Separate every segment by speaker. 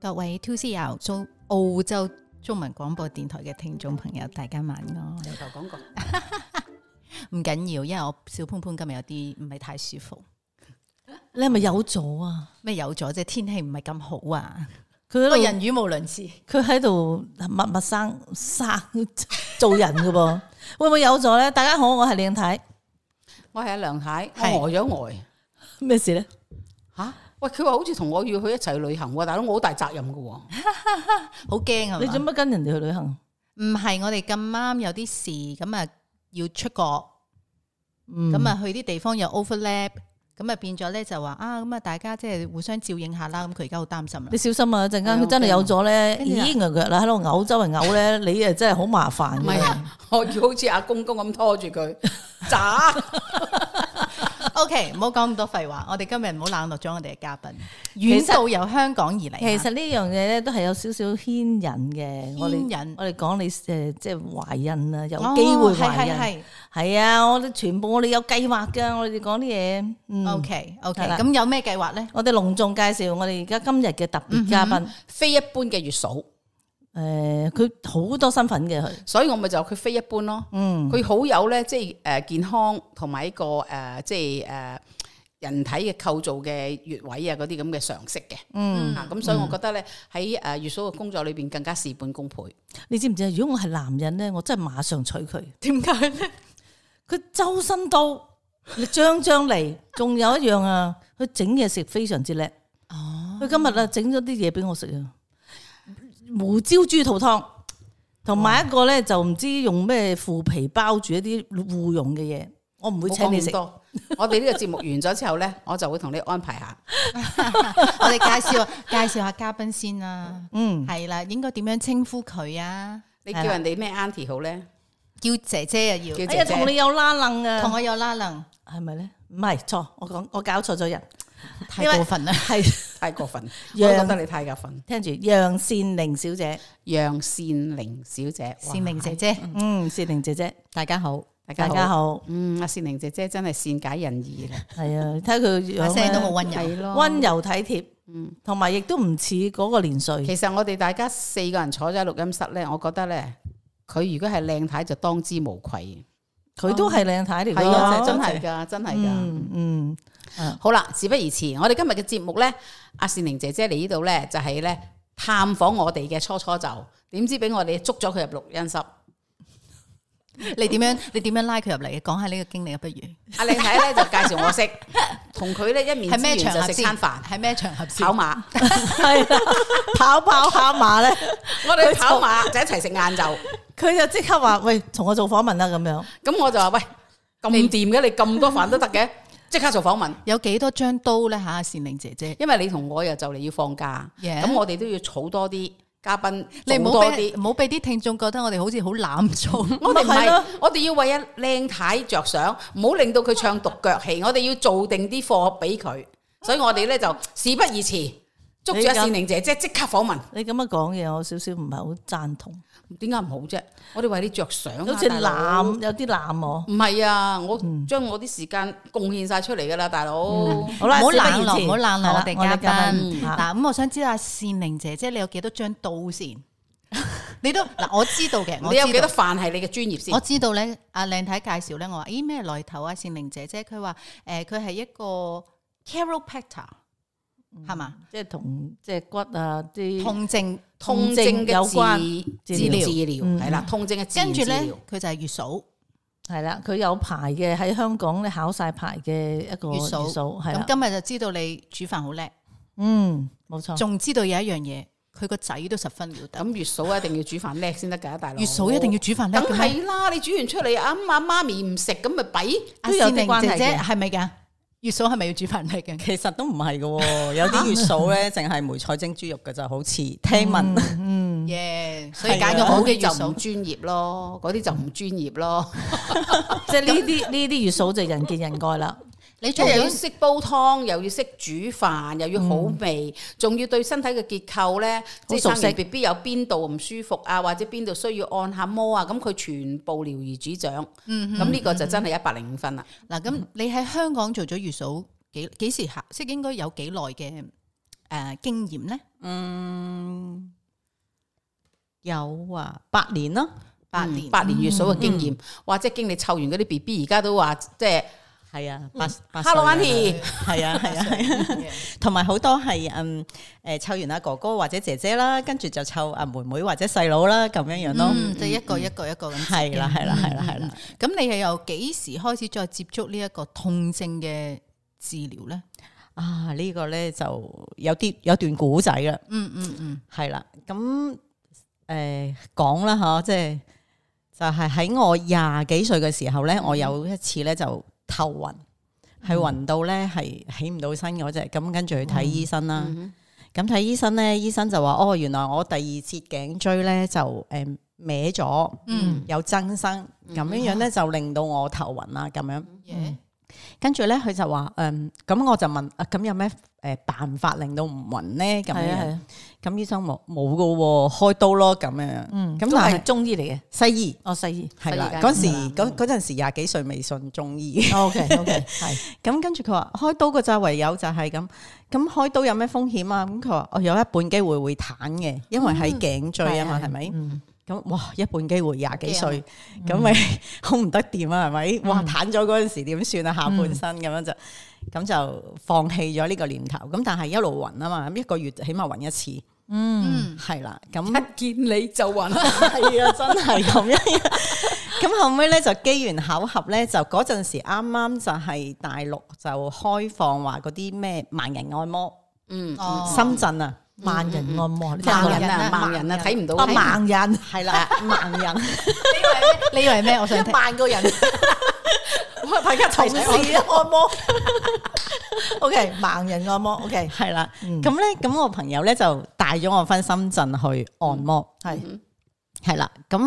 Speaker 1: 各位 Two C R 中澳洲中文廣播電台嘅聽眾朋友，大家晚安。
Speaker 2: 由頭講過，
Speaker 1: 唔緊要，因為我小潘潘今日有啲唔係太舒服，
Speaker 3: 你係咪有咗啊？
Speaker 1: 咩有咗啫？天氣唔係咁好啊，
Speaker 3: 佢喺
Speaker 1: 個
Speaker 3: 度
Speaker 1: 人語無倫次。
Speaker 3: 佢喺度默默生生 做人噶噃，會唔會有咗咧？大家好，我係靚太，
Speaker 2: 我係阿梁太，
Speaker 1: 係
Speaker 2: 我呆咗呆
Speaker 3: 咩事咧？
Speaker 2: 吓。喂，佢話好似同我要去一齊旅行喎，大佬我好大責任噶喎。
Speaker 1: 好驚啊！
Speaker 3: 你做乜跟人哋去旅行？
Speaker 1: 唔係我哋咁啱有啲事，咁啊要出國，
Speaker 3: 嗯
Speaker 1: 咁啊、去啲地方有 overlap，咁啊變咗咧就話啊，咁啊大家即係互相照應下啦。咁佢而家好擔心啦
Speaker 3: 你。小心啊！一陣間
Speaker 2: 係啊
Speaker 3: 佢真係有咗咧，
Speaker 1: 跟住啊
Speaker 3: 咦佢腳啦喺度嘔，周圍嘔咧，你啊真係好麻煩
Speaker 2: 唔
Speaker 3: 嘅。
Speaker 2: 係啊，我要好似阿公公咁拖住佢，渣
Speaker 1: OK，唔好講咁多廢話，我哋今日唔好冷落咗我哋嘅嘉賓，遠道由香港而嚟啊。
Speaker 3: 其實呢樣嘢咧都係有少少牽引嘅。我哋
Speaker 1: 牽引
Speaker 3: 我哋講你誒即係懷孕啊，有
Speaker 1: 哦
Speaker 3: 機會
Speaker 1: 係係
Speaker 3: 懷孕。
Speaker 1: 係
Speaker 3: 係啊，我哋全部我哋有計劃㗎，我哋講啲嘢。嗯
Speaker 1: OK OK，
Speaker 3: 係啦
Speaker 1: 咁有咩計劃咧？
Speaker 3: 我哋隆重介紹我哋而家今日嘅特別嘉賓，
Speaker 2: 非一般嘅月嫂，嗯
Speaker 3: 誒佢好多身份嘅佢，
Speaker 2: 所以我咪就話佢非一般咯。
Speaker 3: 嗯，
Speaker 2: 佢好有咧，即係誒健康同埋一個誒、呃即係誒、呃人體嘅構造嘅穴位啊，嗰啲咁嘅常識嘅。
Speaker 3: 嗯
Speaker 2: 啊，咁所以我覺得咧喺誒月嫂嘅工作裏邊更加事半功倍。
Speaker 3: 你知唔知啊？如果我係男人咧，我真係馬上娶佢。
Speaker 1: 點解咧？
Speaker 3: 佢周身刀，你張張嚟，仲有一樣啊，佢整嘢食非常之叻。
Speaker 1: 哦，
Speaker 3: 佢今日啊整咗啲嘢俾我食啊，胡椒豬肚湯，同埋一個咧就唔知用咩腐皮包住一啲護用嘅嘢，我唔會
Speaker 2: 冇
Speaker 3: 請
Speaker 2: 講
Speaker 3: 你
Speaker 2: 咁
Speaker 3: 食。
Speaker 2: 多。我哋呢個節目完咗之後咧，我就會同你安排下。
Speaker 1: 我哋介紹啊 介紹下嘉賓先啦。
Speaker 3: 嗯，
Speaker 1: 係啦，應該點樣稱呼佢啊？
Speaker 2: 你叫人哋咩 Auntie 好咧？
Speaker 1: 叫姐姐啊，要哎
Speaker 2: 叫
Speaker 3: 哎呀，
Speaker 2: 姐姐
Speaker 3: 同你有拉楞啊，
Speaker 1: 同我有拉 楞，
Speaker 3: 係咪咧？唔係錯，我講我搞錯咗人，
Speaker 1: 太過分啦！
Speaker 3: 係
Speaker 2: 太過分，我
Speaker 3: 楊
Speaker 2: 覺得你太過分。
Speaker 3: 聽住楊善玲小姐，
Speaker 2: 楊善玲小姐，哇
Speaker 1: 善玲姐，姐，
Speaker 3: 嗯，善玲姐姐，
Speaker 1: 大家好，
Speaker 2: 大
Speaker 3: 大家
Speaker 2: 家好。
Speaker 3: 好，
Speaker 2: 嗯，阿善玲姐姐真係善解人意啦，
Speaker 3: 係啊，睇佢
Speaker 1: 把
Speaker 3: 樣
Speaker 1: 聲都好
Speaker 3: 咧，
Speaker 1: 温柔。
Speaker 2: 咯
Speaker 3: 温柔體貼，嗯，同埋亦都唔似嗰個年歲，
Speaker 2: 其實我哋大家四個人坐咗喺錄音室咧，我覺得咧，佢如果係靚太就當之無愧。
Speaker 3: 佢都係靚太嚟
Speaker 2: 係
Speaker 3: 㗎，
Speaker 2: 啊，真係㗎，真係㗎。
Speaker 3: 嗯嗯，
Speaker 2: 好啦，事不宜遲，我哋今日嘅節目咧，阿善玲姐姐嚟呢度咧，就係咧探訪我哋嘅初初就，點知俾我哋捉咗佢入錄音室。
Speaker 1: 你點樣？你點樣拉佢入嚟？講下呢個經歷啊，不如
Speaker 2: 阿靚太咧就介紹 我識，同佢咧一面
Speaker 1: 係咩
Speaker 2: 之
Speaker 1: 場
Speaker 2: 緣就
Speaker 1: 合
Speaker 2: 食
Speaker 1: 先？
Speaker 2: 餐飯。
Speaker 1: 係咩場合先
Speaker 2: 跑？馬，
Speaker 3: 係啦， 跑跑下馬咧，
Speaker 2: 我哋跑馬就一齊食晏晝。
Speaker 3: 佢就即刻話：喂，同我做訪問啦咁樣。
Speaker 2: 咁我就話喂，咁掂嘅，你咁多飯都得嘅， 即刻做訪問。
Speaker 1: 有幾多張刀咧？吓，善玲姐姐，
Speaker 2: 因為你同我又就嚟要放假，
Speaker 1: Yeah
Speaker 2: 咁我哋都要儲多啲嘉賓，
Speaker 1: 你唔
Speaker 2: 儲
Speaker 1: 好
Speaker 2: 多
Speaker 1: 俾
Speaker 2: 啲。
Speaker 1: 唔好俾啲聽眾覺得我哋好似好濫做。
Speaker 2: 我哋唔
Speaker 3: 咪係
Speaker 2: 係
Speaker 3: 咯，
Speaker 2: 我哋要為阿靚太着想，唔好令到佢唱獨腳戲。我哋要做定啲貨俾佢，所以我哋咧就事不宜遲，捉住阿
Speaker 3: 你咁
Speaker 2: 善玲姐姐即刻訪問。
Speaker 3: 你咁樣講嘢，我有少少唔係好贊同，
Speaker 2: 點解唔好啫？我哋為你着想啊，
Speaker 3: 好似
Speaker 2: 大佬
Speaker 3: 濫有啲濫我。
Speaker 2: 唔係啊，我
Speaker 1: 嗯
Speaker 2: 將我啲時間貢獻晒出嚟噶啦，大佬。
Speaker 3: 好啦，
Speaker 1: 唔好
Speaker 3: 啊事不宜
Speaker 1: 冷落，
Speaker 3: 遲
Speaker 1: 唔好冷落
Speaker 3: 係
Speaker 1: 我
Speaker 3: 啦
Speaker 1: 哋嘉賓。
Speaker 3: 嗯
Speaker 1: 嗱，咁我想知道阿善玲姐姐，你有幾多張刀 先？你都嗱，我知道嘅，我
Speaker 2: 你有
Speaker 1: 知
Speaker 2: 幾多
Speaker 1: 道。
Speaker 2: 飯係你嘅專業先
Speaker 1: 我？知道咧，阿靚太介紹咧，我話咦咩來頭啊？善玲姐姐，佢話誒佢係一個 chiropractor 係嘛？
Speaker 3: 即係同即係骨啊啲，
Speaker 1: 痛症，
Speaker 2: 痛症嘅
Speaker 3: 有
Speaker 2: 治
Speaker 3: 關
Speaker 2: 治
Speaker 3: 治
Speaker 2: 療
Speaker 3: 療
Speaker 2: 治療
Speaker 3: 嗯
Speaker 2: 係啦，痛症嘅治療
Speaker 1: 跟住咧
Speaker 2: 治療
Speaker 1: 佢就係月嫂。
Speaker 3: 係啦，佢有牌嘅喺香港咧考晒牌嘅一個
Speaker 1: 月嫂咁
Speaker 3: 係啊啦，
Speaker 1: 今日就知道你煮飯好叻，
Speaker 3: 嗯，冇錯。
Speaker 1: 仲知道有一樣嘢，佢個仔都十分了得。
Speaker 2: 咁月嫂一定要煮飯叻先得㗎，大佬。
Speaker 1: 月嫂一定要煮飯叻
Speaker 2: 梗
Speaker 1: 嘅咩，
Speaker 2: 係啦，你煮完出嚟，阿阿媽咪唔食咁咪弊。
Speaker 1: 阿
Speaker 3: 都有
Speaker 1: 善
Speaker 3: 啲
Speaker 1: 玲
Speaker 3: 關係
Speaker 1: 姐姐
Speaker 3: 嘅
Speaker 1: 係咪㗎？月嫂係咪要煮飯叻嘅？
Speaker 4: 其實都唔係嘅喎，有啲月嫂咧，淨係梅菜蒸豬肉嘅就好似聽聞，嗯
Speaker 1: 耶！
Speaker 4: 啊
Speaker 1: 所以
Speaker 2: 所以
Speaker 1: 揀
Speaker 2: 揀
Speaker 1: 咗
Speaker 2: 咗
Speaker 1: 啊好
Speaker 2: 好
Speaker 1: 嘅
Speaker 2: 嘅
Speaker 1: 月
Speaker 2: 就
Speaker 1: 嫂
Speaker 2: 唔專，業咯，嗰啲就唔專業咯。
Speaker 3: 即係呢啲呢啲月嫂就人見人愛啦。
Speaker 1: 你
Speaker 2: 即
Speaker 1: 做
Speaker 2: 係又要
Speaker 1: 咗
Speaker 2: 識煲湯，又要識煮飯，又要好味，仲要對身體嘅結構咧，即係
Speaker 3: 好熟
Speaker 2: 生完
Speaker 3: 悉
Speaker 2: B B 有邊度唔舒服啊，或者邊度需要按下摩啊，咁佢全部了如指掌。咁呢個就真係一百零五分啦。
Speaker 4: 嗯
Speaker 1: 嗱，咁你喺香港做咗月嫂幾幾時考？即係應該有幾耐嘅诶经驗咧？
Speaker 4: 嗯，有啊，八年啦，
Speaker 1: 八
Speaker 2: 嗯
Speaker 1: 年
Speaker 2: 八年月嫂嘅經驗，哇！即係經你湊完嗰啲 B B，而家都話即係
Speaker 4: 系啊，八八
Speaker 2: Hello
Speaker 4: 歲
Speaker 2: Auntie，
Speaker 4: 啊係 啊係啊係啊，同埋好多係嗯诶，湊完阿哥哥或者姐姐啦，跟住就湊阿妹妹或者細佬啦，咁樣樣咯，
Speaker 1: 嗯，即係一個一個一個咁接
Speaker 4: 係啦
Speaker 1: 嘅。
Speaker 4: 係啦係啦係
Speaker 1: 嗯
Speaker 4: 啦。
Speaker 1: 咁你係由幾時開始再接觸呢一個痛症嘅治療咧？
Speaker 4: 啊，呢、個咧就有啲有段古仔啦，
Speaker 1: 嗯嗯嗯，
Speaker 4: 係啦，咁诶講啦吓，即係就係喺我廿幾歲嘅時候咧，我有一次咧就頭暈，係暈到咧係起唔到身嗰只，咁跟住去睇醫生啦。
Speaker 2: 嗯
Speaker 4: 咁睇醫生咧，醫生就話：哦，原來我第二節頸椎咧就誒、歪咗，
Speaker 1: 嗯
Speaker 4: 有增生，咁樣樣咧就令到我頭暈啦，咁樣。
Speaker 2: 嗯
Speaker 1: 耶
Speaker 4: 跟住咧，佢就話：嗯，咁我就問啊，咁有咩誒辦法令到唔暈咧？咁
Speaker 3: 係啊係
Speaker 4: 樣
Speaker 3: 啊，
Speaker 4: 咁醫生冇冇噶喎，開刀咯咁樣。
Speaker 3: 嗯，
Speaker 4: 咁
Speaker 3: 咁
Speaker 4: 但
Speaker 3: 但
Speaker 4: 係
Speaker 3: 係中醫嚟嘅，
Speaker 4: 西醫
Speaker 3: 哦， 西醫
Speaker 4: 係啦
Speaker 2: 西醫，梗係
Speaker 4: 嗰時嗰嗰陣時廿幾歲未信中醫。
Speaker 3: ，OK OK，係
Speaker 4: 咁跟住佢話開刀嘅咋，唯有就係咁。咁開刀有咩風險啊？咁佢話我有一半機會會彈嘅，因為喺頸椎啊嘛，係咪？咁哇，一半機會廿幾歲，咁咪 好唔得掂啊？係咪？哇，彈咗嗰陣時點算啊？下半身咁樣就咁就放棄咗呢個念頭。咁但係一路暈啊嘛，咁一個月起碼暈一次，
Speaker 1: 嗯，
Speaker 4: 係啦。咁
Speaker 2: 一見你就暈，
Speaker 4: 係啊，真係咁樣。咁後尾咧就機緣巧合咧，就嗰陣時啱啱就係大陸就開放話嗰啲咩萬人按摩，
Speaker 2: 嗯，
Speaker 1: 哦
Speaker 4: 深圳啊，
Speaker 3: 萬人按摩，你聽過
Speaker 1: 盲
Speaker 2: 盲人
Speaker 1: 人
Speaker 2: 啊，
Speaker 1: 啊
Speaker 2: 盲人啊，
Speaker 1: 盲人
Speaker 2: 睇唔到，
Speaker 3: 啊盲人，
Speaker 4: 係 啦，萬人
Speaker 1: 你以為咩？我想
Speaker 3: 一
Speaker 1: 聽。
Speaker 3: 萬個人，
Speaker 2: 哇大家
Speaker 3: 同
Speaker 2: 同
Speaker 3: 時按摩。OK，盲人按摩，OK，
Speaker 4: 係啦。
Speaker 3: 嗯
Speaker 4: 咁咧，咁我朋友咧就帶咗我翻深圳去按摩，
Speaker 3: 係
Speaker 4: 係啦。咁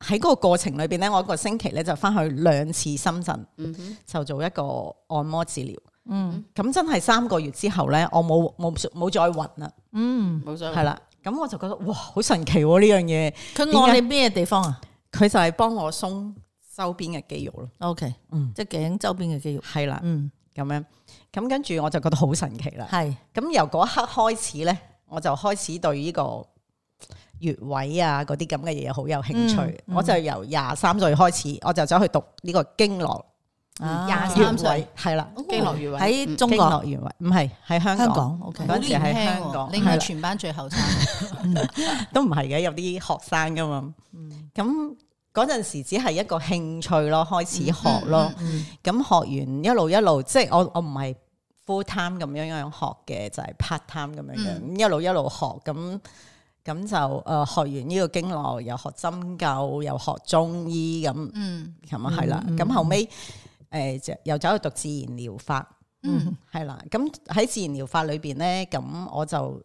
Speaker 4: 喺嗰個過程裏邊咧，我一個星期咧就翻去兩次深圳，
Speaker 2: 嗯
Speaker 4: 就做一個按摩治療。
Speaker 3: 嗯
Speaker 4: 咁真係三個月之後咧，我冇冇冇再暈啦，
Speaker 3: 嗯，
Speaker 2: 冇所
Speaker 4: 係啦。咁我就覺得哇，好神奇喎呢樣嘢！
Speaker 3: 佢按你咩地方啊
Speaker 4: 佢就係幫我鬆周邊嘅肌肉咯，
Speaker 3: ？OK，
Speaker 4: 嗯
Speaker 3: 即係頸周邊嘅肌肉，
Speaker 4: 係啦，
Speaker 3: 嗯，
Speaker 4: 咁樣，咁跟住我就覺得好神奇啦。
Speaker 3: 係
Speaker 4: 咁由嗰一刻開始咧，我就開始對呢個穴位啊嗰啲咁嘅嘢好有興趣。
Speaker 3: 嗯嗯
Speaker 4: 我就由廿三歲開始，我就走去讀呢個經絡
Speaker 3: 啊
Speaker 1: 廿
Speaker 4: 穴
Speaker 1: 三
Speaker 4: 位
Speaker 1: 歲，
Speaker 4: 係啦，
Speaker 2: 哦經絡
Speaker 4: 哦
Speaker 2: 穴位
Speaker 3: 喺中
Speaker 4: 經
Speaker 3: 國、
Speaker 4: 絡穴位，唔係喺香
Speaker 3: 香
Speaker 4: 港，
Speaker 3: 港，OK，
Speaker 1: 好
Speaker 4: 嗰陣時
Speaker 1: 年
Speaker 4: 喺
Speaker 1: 輕
Speaker 4: 香港
Speaker 1: 喎，你應該
Speaker 4: 係啦
Speaker 1: 全班最後生。
Speaker 4: 都唔係嘅，有啲學生噶嘛。咁嗰陣時只係一個興趣咯，開始學咯。
Speaker 3: 嗯
Speaker 4: 咁學完一路一路，即係我我唔係 full time 咁樣樣學嘅，就係、part time 咁樣樣，
Speaker 3: 嗯
Speaker 4: 一路一路學咁。咁就誒、呃、學完呢個經絡，又學針灸，又學中醫咁，
Speaker 1: 嗯
Speaker 4: 咁啊係啦。
Speaker 3: 嗯
Speaker 4: 咁、後尾誒、呃就又走去讀自然療法，
Speaker 1: 嗯
Speaker 4: 係啦。咁喺自然療法裏邊咧，咁我就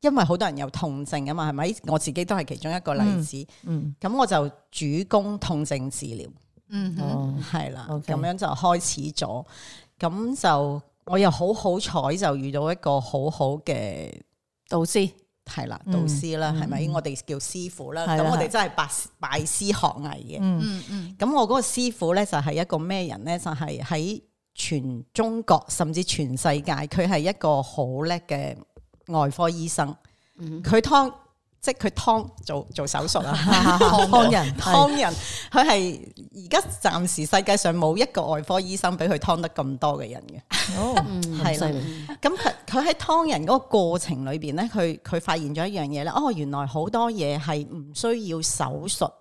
Speaker 4: 因為好多人有痛症啊嘛，係咪？我自己都係其中一個例子。
Speaker 3: 嗯，
Speaker 4: 咁、我就主攻痛症治療。
Speaker 1: 嗯哼，
Speaker 3: 哦，
Speaker 4: 係啦，咁
Speaker 3: OK
Speaker 4: 樣就開始咗。咁就我又好好彩，就遇到一個好好嘅
Speaker 3: 導師
Speaker 4: 係啦
Speaker 3: 嗯
Speaker 4: 導師啦，係咪？我哋叫師傅啦。
Speaker 3: 係
Speaker 4: 咁
Speaker 3: 啦
Speaker 4: 我
Speaker 3: 係
Speaker 4: 哋真係拜拜師學藝嘅。
Speaker 3: 嗯
Speaker 1: 嗯嗯
Speaker 4: 咁我嗰個師傅咧就係一個咩人咧？就係喺全中國甚至全世界，佢係一個好叻嘅外科醫生。佢劏即係佢劏做做手術 啊。
Speaker 3: 漢人
Speaker 4: 劏人，佢係而家暫時世界上冇一個外科醫生俾佢劏得咁多嘅人 嘅。
Speaker 2: 嗯
Speaker 3: 係
Speaker 4: 係啦
Speaker 3: 犀利，
Speaker 4: 咁佢佢喺劏人嗰個過程裏邊咧，佢佢發現咗一樣嘢咧，哦，原來好多嘢係唔需要手術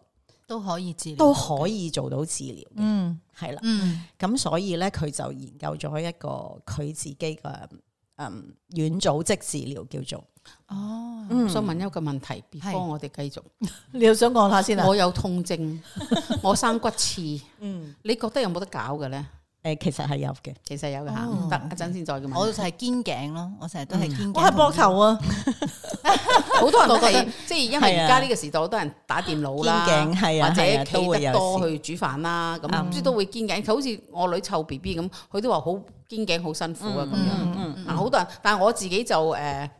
Speaker 1: 都可以治療，
Speaker 4: 都可。以做到治療嘅，
Speaker 3: 嗯
Speaker 4: 係啦。
Speaker 1: 嗯
Speaker 4: 咁所以咧，佢就研究咗一個佢自己嘅嗯軟組織治療叫做，
Speaker 1: 哦，
Speaker 4: 嗯
Speaker 2: 想問一個問題
Speaker 1: 係
Speaker 2: ，before 我哋繼續。
Speaker 3: 你又想講下先啊
Speaker 2: 我？有痛 症，我生骨刺，
Speaker 4: 嗯
Speaker 2: 你覺得有冇得搞嘅咧？
Speaker 4: 誒呃其實係有嘅。
Speaker 2: 其實有嘅吓，
Speaker 1: 哦
Speaker 2: 唔得一陣先再嘅
Speaker 1: 我
Speaker 2: 問。
Speaker 1: 就係肩頸咯，我成日都
Speaker 4: 嗯
Speaker 1: 係肩頸。
Speaker 3: 我係膊頭啊，
Speaker 2: 好多人都
Speaker 1: 我覺得
Speaker 2: 係即係因為而家呢個時代，好多人打電腦啦，
Speaker 4: 啊肩頸係啊
Speaker 2: 或
Speaker 4: 係啊
Speaker 2: 者
Speaker 4: 都會
Speaker 2: 企得
Speaker 4: 有嗯
Speaker 2: 多
Speaker 4: 事
Speaker 2: 去煮飯啦，咁即係都會肩頸。佢好似我女湊 B B 咁，佢都話好肩頸好辛苦啊咁樣。
Speaker 4: 嗯嗯，
Speaker 2: 嗱，好多人，但係我自己就誒、呃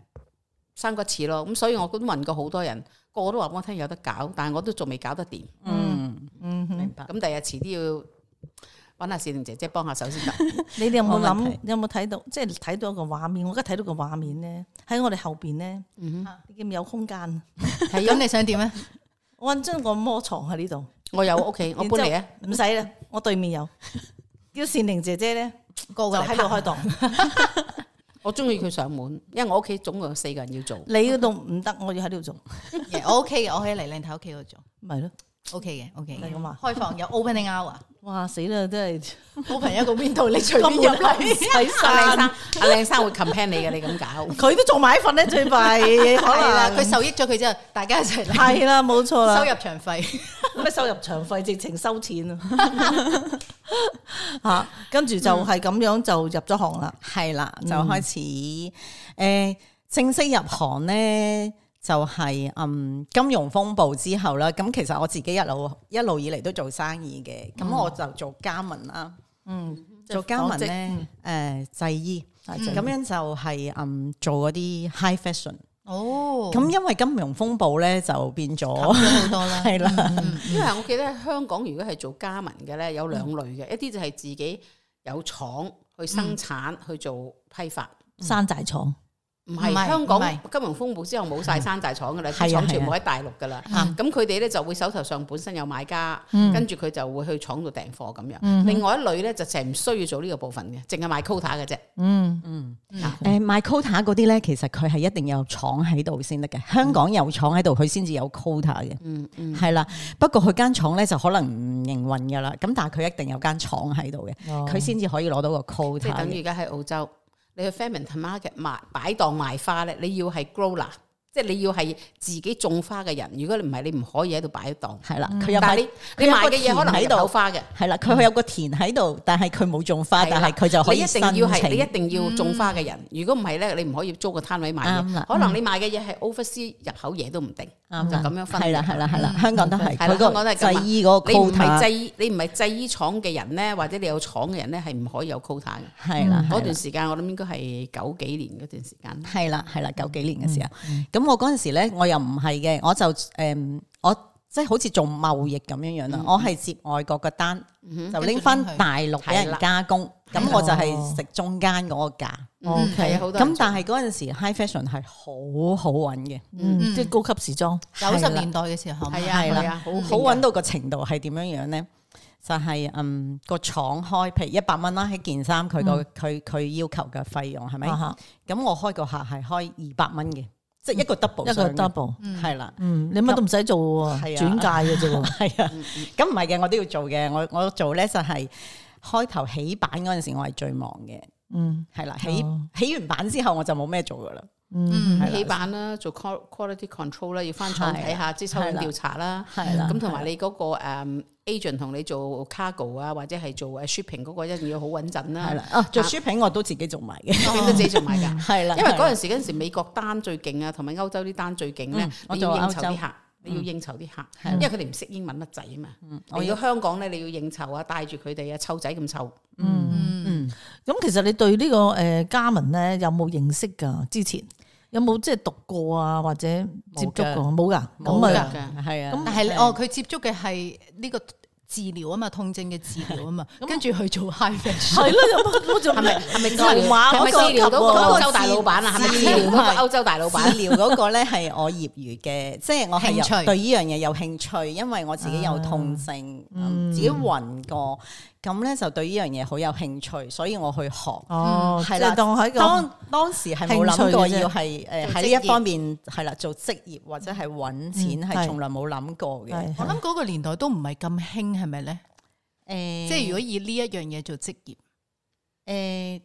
Speaker 2: 生骨刺咯，咁所以我都問過好多人，個個都話俾我聽有得搞，但係我都仲未搞得掂。
Speaker 4: 嗯，
Speaker 3: 嗯哼
Speaker 4: 明白。
Speaker 2: 咁第日遲啲要揾阿善玲姐姐幫下手先得。
Speaker 3: 你哋有冇
Speaker 2: 冇問
Speaker 3: 諗
Speaker 2: 題？
Speaker 3: 有冇睇到？即係睇到一個畫面，我而家睇到個畫面咧，喺我哋後邊咧，
Speaker 2: 嗯
Speaker 3: 你見唔見有空間？
Speaker 2: 係
Speaker 1: 咁
Speaker 2: 咁，
Speaker 1: 你想點 咧？
Speaker 3: 我揾張按摩床喺呢度，
Speaker 2: 我有屋企，我搬嚟啊！
Speaker 3: 唔使啦，我對面有。 叫善玲姐姐咧，
Speaker 1: 高
Speaker 3: 就
Speaker 1: 嘅
Speaker 3: 喺度開檔。
Speaker 2: 我中意佢上門，因為我屋企總共有四個人要做。
Speaker 3: 你嗰度唔得，我要喺呢度做，
Speaker 1: Yeah，我 OK 嘅，我可以嚟靚太屋企嗰度做
Speaker 3: 咪咯。
Speaker 1: ，OK 嘅，OK
Speaker 3: 係
Speaker 1: 嘅。
Speaker 3: 咁啊
Speaker 1: 開放有 opening hour，open
Speaker 3: 哇死啦，真 係
Speaker 1: 一個 window，你隨便入嚟。
Speaker 3: 睇
Speaker 2: 阿靚生
Speaker 3: 晒，，
Speaker 2: 阿靚生會 complain 你嘅，你咁搞。
Speaker 3: 佢都做埋一份咧， 最弊可
Speaker 1: 係啦，
Speaker 3: 能
Speaker 1: 佢受益咗佢之後，大家一齊嚟
Speaker 3: 係啦，冇錯啦
Speaker 1: 收。入場費。
Speaker 3: 咩收入場費直情收錢 啊！吓，跟住就係咁樣就入咗行啦。
Speaker 4: 係啦，
Speaker 2: 嗯
Speaker 4: 就開始誒、呃正式入行咧，就係、嗯金融風暴之後啦。咁其實我自己一路一路以嚟都做生意嘅，
Speaker 2: 嗯
Speaker 4: 咁我就做家文啦，
Speaker 3: 嗯，
Speaker 4: 做家文咧誒、呃
Speaker 2: 嗯
Speaker 4: 製衣，
Speaker 2: 啊
Speaker 4: 咁、
Speaker 3: 咁
Speaker 4: 樣就係、嗯做嗰啲 high fashion。
Speaker 1: 哦
Speaker 4: 咁因為金融風暴咧就變咗
Speaker 2: 啊
Speaker 1: 咗好多啦。嗯
Speaker 4: 係
Speaker 2: 嗯
Speaker 4: 啦，
Speaker 2: 因為我記得香港如果係做家文嘅咧，有兩類嘅，一啲就係自己有廠去生產去做批發。
Speaker 3: 山寨廠
Speaker 2: 唔
Speaker 1: 唔
Speaker 2: 係
Speaker 1: 係
Speaker 2: 香港
Speaker 1: 唔係
Speaker 2: 金融風暴之後冇晒山寨廠噶啦，
Speaker 4: 係啊
Speaker 2: 啲廠全
Speaker 4: 係啊
Speaker 2: 部喺大陸噶啦。
Speaker 1: 嗯
Speaker 2: 咁佢哋咧就會手頭上本身有買家，
Speaker 4: 嗯
Speaker 2: 跟住佢就會去廠度訂貨咁樣。
Speaker 3: 嗯
Speaker 2: 另外一類咧就成唔需要做呢個部分嘅，淨係賣 quota 嘅啫。
Speaker 3: 嗯
Speaker 4: 嗯
Speaker 1: 嗯
Speaker 4: 誒賣 quota 嗰啲咧，其實佢係一定有廠喺度先得嘅，香港有廠喺度，佢先至有 quota 嘅。
Speaker 2: 嗯嗯，
Speaker 4: 係啦，不過佢間廠咧就可能唔營運㗎啦，咁但係佢一定有間廠喺度嘅，
Speaker 3: 哦
Speaker 4: 佢先至可以攞到個 quota
Speaker 2: 哦即係等
Speaker 4: 嘅。
Speaker 2: 於而家喺澳洲，你去 Famine Market 賣擺檔賣花咧，你要係 grower，即係你要係自己種花嘅人。如果你唔係，你唔可以喺度擺檔。
Speaker 4: 係啦，佢有
Speaker 2: 嗯但
Speaker 4: 買
Speaker 2: 係你你
Speaker 4: 佢有個
Speaker 2: 賣嘅嘢可能
Speaker 4: 田
Speaker 2: 係
Speaker 4: 喺度
Speaker 2: 有花嘅。
Speaker 4: 係啦，佢有個田喺度，但係佢冇種花，
Speaker 2: 係啦
Speaker 4: 但係佢就可
Speaker 2: 你
Speaker 4: 以
Speaker 2: 一
Speaker 4: 申
Speaker 2: 定
Speaker 4: 請。嗯
Speaker 2: 要係你一定要種花嘅人，如果唔係咧，你唔可以租個攤位賣
Speaker 4: 啱
Speaker 2: 嘢
Speaker 4: 啦。
Speaker 2: 可能你賣嘅嘢係 overseas 入口嘢都唔定，
Speaker 4: 啱
Speaker 2: 就
Speaker 4: 啦
Speaker 2: 咁樣分。
Speaker 4: 係啦係啦係啦，香港都
Speaker 2: 係
Speaker 4: 係
Speaker 2: 啦
Speaker 4: 佢
Speaker 2: 香港都
Speaker 4: 個
Speaker 2: 係咁啊
Speaker 4: 製衣嗰個
Speaker 2: 你唔係
Speaker 4: quota
Speaker 2: 製衣，你唔係製衣廠嘅人咧，或者你有廠嘅人咧，係唔可以有 quota 嘅。
Speaker 4: 啊係啦，
Speaker 2: 嗯嗰
Speaker 4: 係啦
Speaker 2: 段時間我諗應該係九幾年嗰段時間。
Speaker 4: 係啦，係啦，九幾年嘅時候，
Speaker 2: 嗯
Speaker 4: 咁、我嗰陣時咧，我又唔係嘅，我就誒、嗯我即係好似做貿易咁樣
Speaker 2: 嗯
Speaker 4: 樣啦，我係接外國嘅單，就拎翻大陸俾人加工，咁我就係食中間嗰個價。
Speaker 1: 嗯
Speaker 2: 係啊，
Speaker 3: ，OK，
Speaker 2: 好多人
Speaker 4: 咁但係嗰陣時 high fashion 係好好揾嘅，
Speaker 3: 嗯，即係高級時裝，
Speaker 1: 九十年代嘅時候，
Speaker 2: 係
Speaker 1: 啊，
Speaker 2: 啊
Speaker 4: 係啦
Speaker 2: 係啊，好
Speaker 4: 好揾到個程度係點樣樣咧？就係、嗯個廠開，譬如一百蚊啦，一件衫佢
Speaker 2: 嗯
Speaker 4: 個佢佢要求嘅費用係咪？
Speaker 3: 啊
Speaker 4: 咁我開個客係開二百蚊嘅，即係一個 double
Speaker 3: 一個
Speaker 4: 上嘅
Speaker 3: double，
Speaker 4: 係啦。
Speaker 3: 嗯，你乜都唔使做喎，
Speaker 4: 係啊
Speaker 3: 轉介嘅啫喎，
Speaker 4: 係啊，咁唔係嘅，我都要做嘅。我我做咧就係開頭起版嗰陣時，我係最忙嘅，
Speaker 3: 嗯
Speaker 4: 係啦。起
Speaker 3: 哦
Speaker 4: 起完版之後，我就冇咩做噶啦。
Speaker 3: 嗯，
Speaker 1: 嗯
Speaker 4: 係啦
Speaker 2: 起版啦，做 qual- quality control 啦，要翻廠
Speaker 4: 啊
Speaker 2: 睇下，即係抽樣調查啦。
Speaker 4: 嗯係啦
Speaker 2: 嗯咁同埋你嗰個誒 agent 同你做 cargo 啊，或者係做誒 shipping 嗰個一定要好穩陣啦。
Speaker 4: 係啦，啊做 shopping 我都自己做埋嘅，
Speaker 2: shipping 都自己做埋㗎。
Speaker 4: 係啦
Speaker 2: 因為嗰陣時嗰陣時美國單最勁啊，同埋歐洲啲單最勁咧
Speaker 4: 嗯，我
Speaker 2: 你要
Speaker 4: 做
Speaker 2: 應
Speaker 4: 歐
Speaker 2: 酬
Speaker 4: 洲
Speaker 2: 啲客，你要應酬啲客，因為佢哋唔識英文乜滯啊嘛。嚟到香港咧，你要應酬啊，帶住佢哋啊，湊仔咁湊。
Speaker 3: 嗯
Speaker 1: 嗯
Speaker 3: 咁其實你對呢個誒家文咧有冇認識㗎？之前有冇即係讀過啊，或者接觸過？冇㗎，咁
Speaker 2: 冇㗎
Speaker 3: 啊。
Speaker 2: 㗎
Speaker 4: 係啊。
Speaker 1: 但係哦，佢接觸嘅係呢個治療啊嘛，痛症嘅治療 啊嘛，跟住去做 high fashion。
Speaker 3: 係咯，有冇我仲
Speaker 2: 係咪係咪
Speaker 3: 神
Speaker 2: 係
Speaker 3: 話
Speaker 2: 咪
Speaker 3: 嗰個
Speaker 2: 治療到
Speaker 3: 嗰
Speaker 2: 個
Speaker 3: 個
Speaker 2: 歐洲大老闆啊？係咪治療到個歐洲大老闆？
Speaker 4: 治療嗰個咧係我業餘嘅，即係我係
Speaker 1: 興趣
Speaker 4: 有對呢樣嘢有興趣，因為我自己有痛症，嗯自己暈過，咁咧就對呢樣嘢好有興趣，所以我去學。
Speaker 3: 哦，即
Speaker 4: 係啦
Speaker 3: 係當喺個
Speaker 4: 當當時係冇諗過要係誒
Speaker 1: 做職
Speaker 4: 喺呢
Speaker 1: 業
Speaker 4: 一方面係啦，做職業或者係揾錢
Speaker 3: 係
Speaker 4: 係從來冇諗過嘅。
Speaker 3: 係啊
Speaker 1: 我諗嗰個年代都唔係咁興，係咪咧？
Speaker 4: 誒，
Speaker 1: 即係如果以呢一樣嘢做職業，
Speaker 4: 誒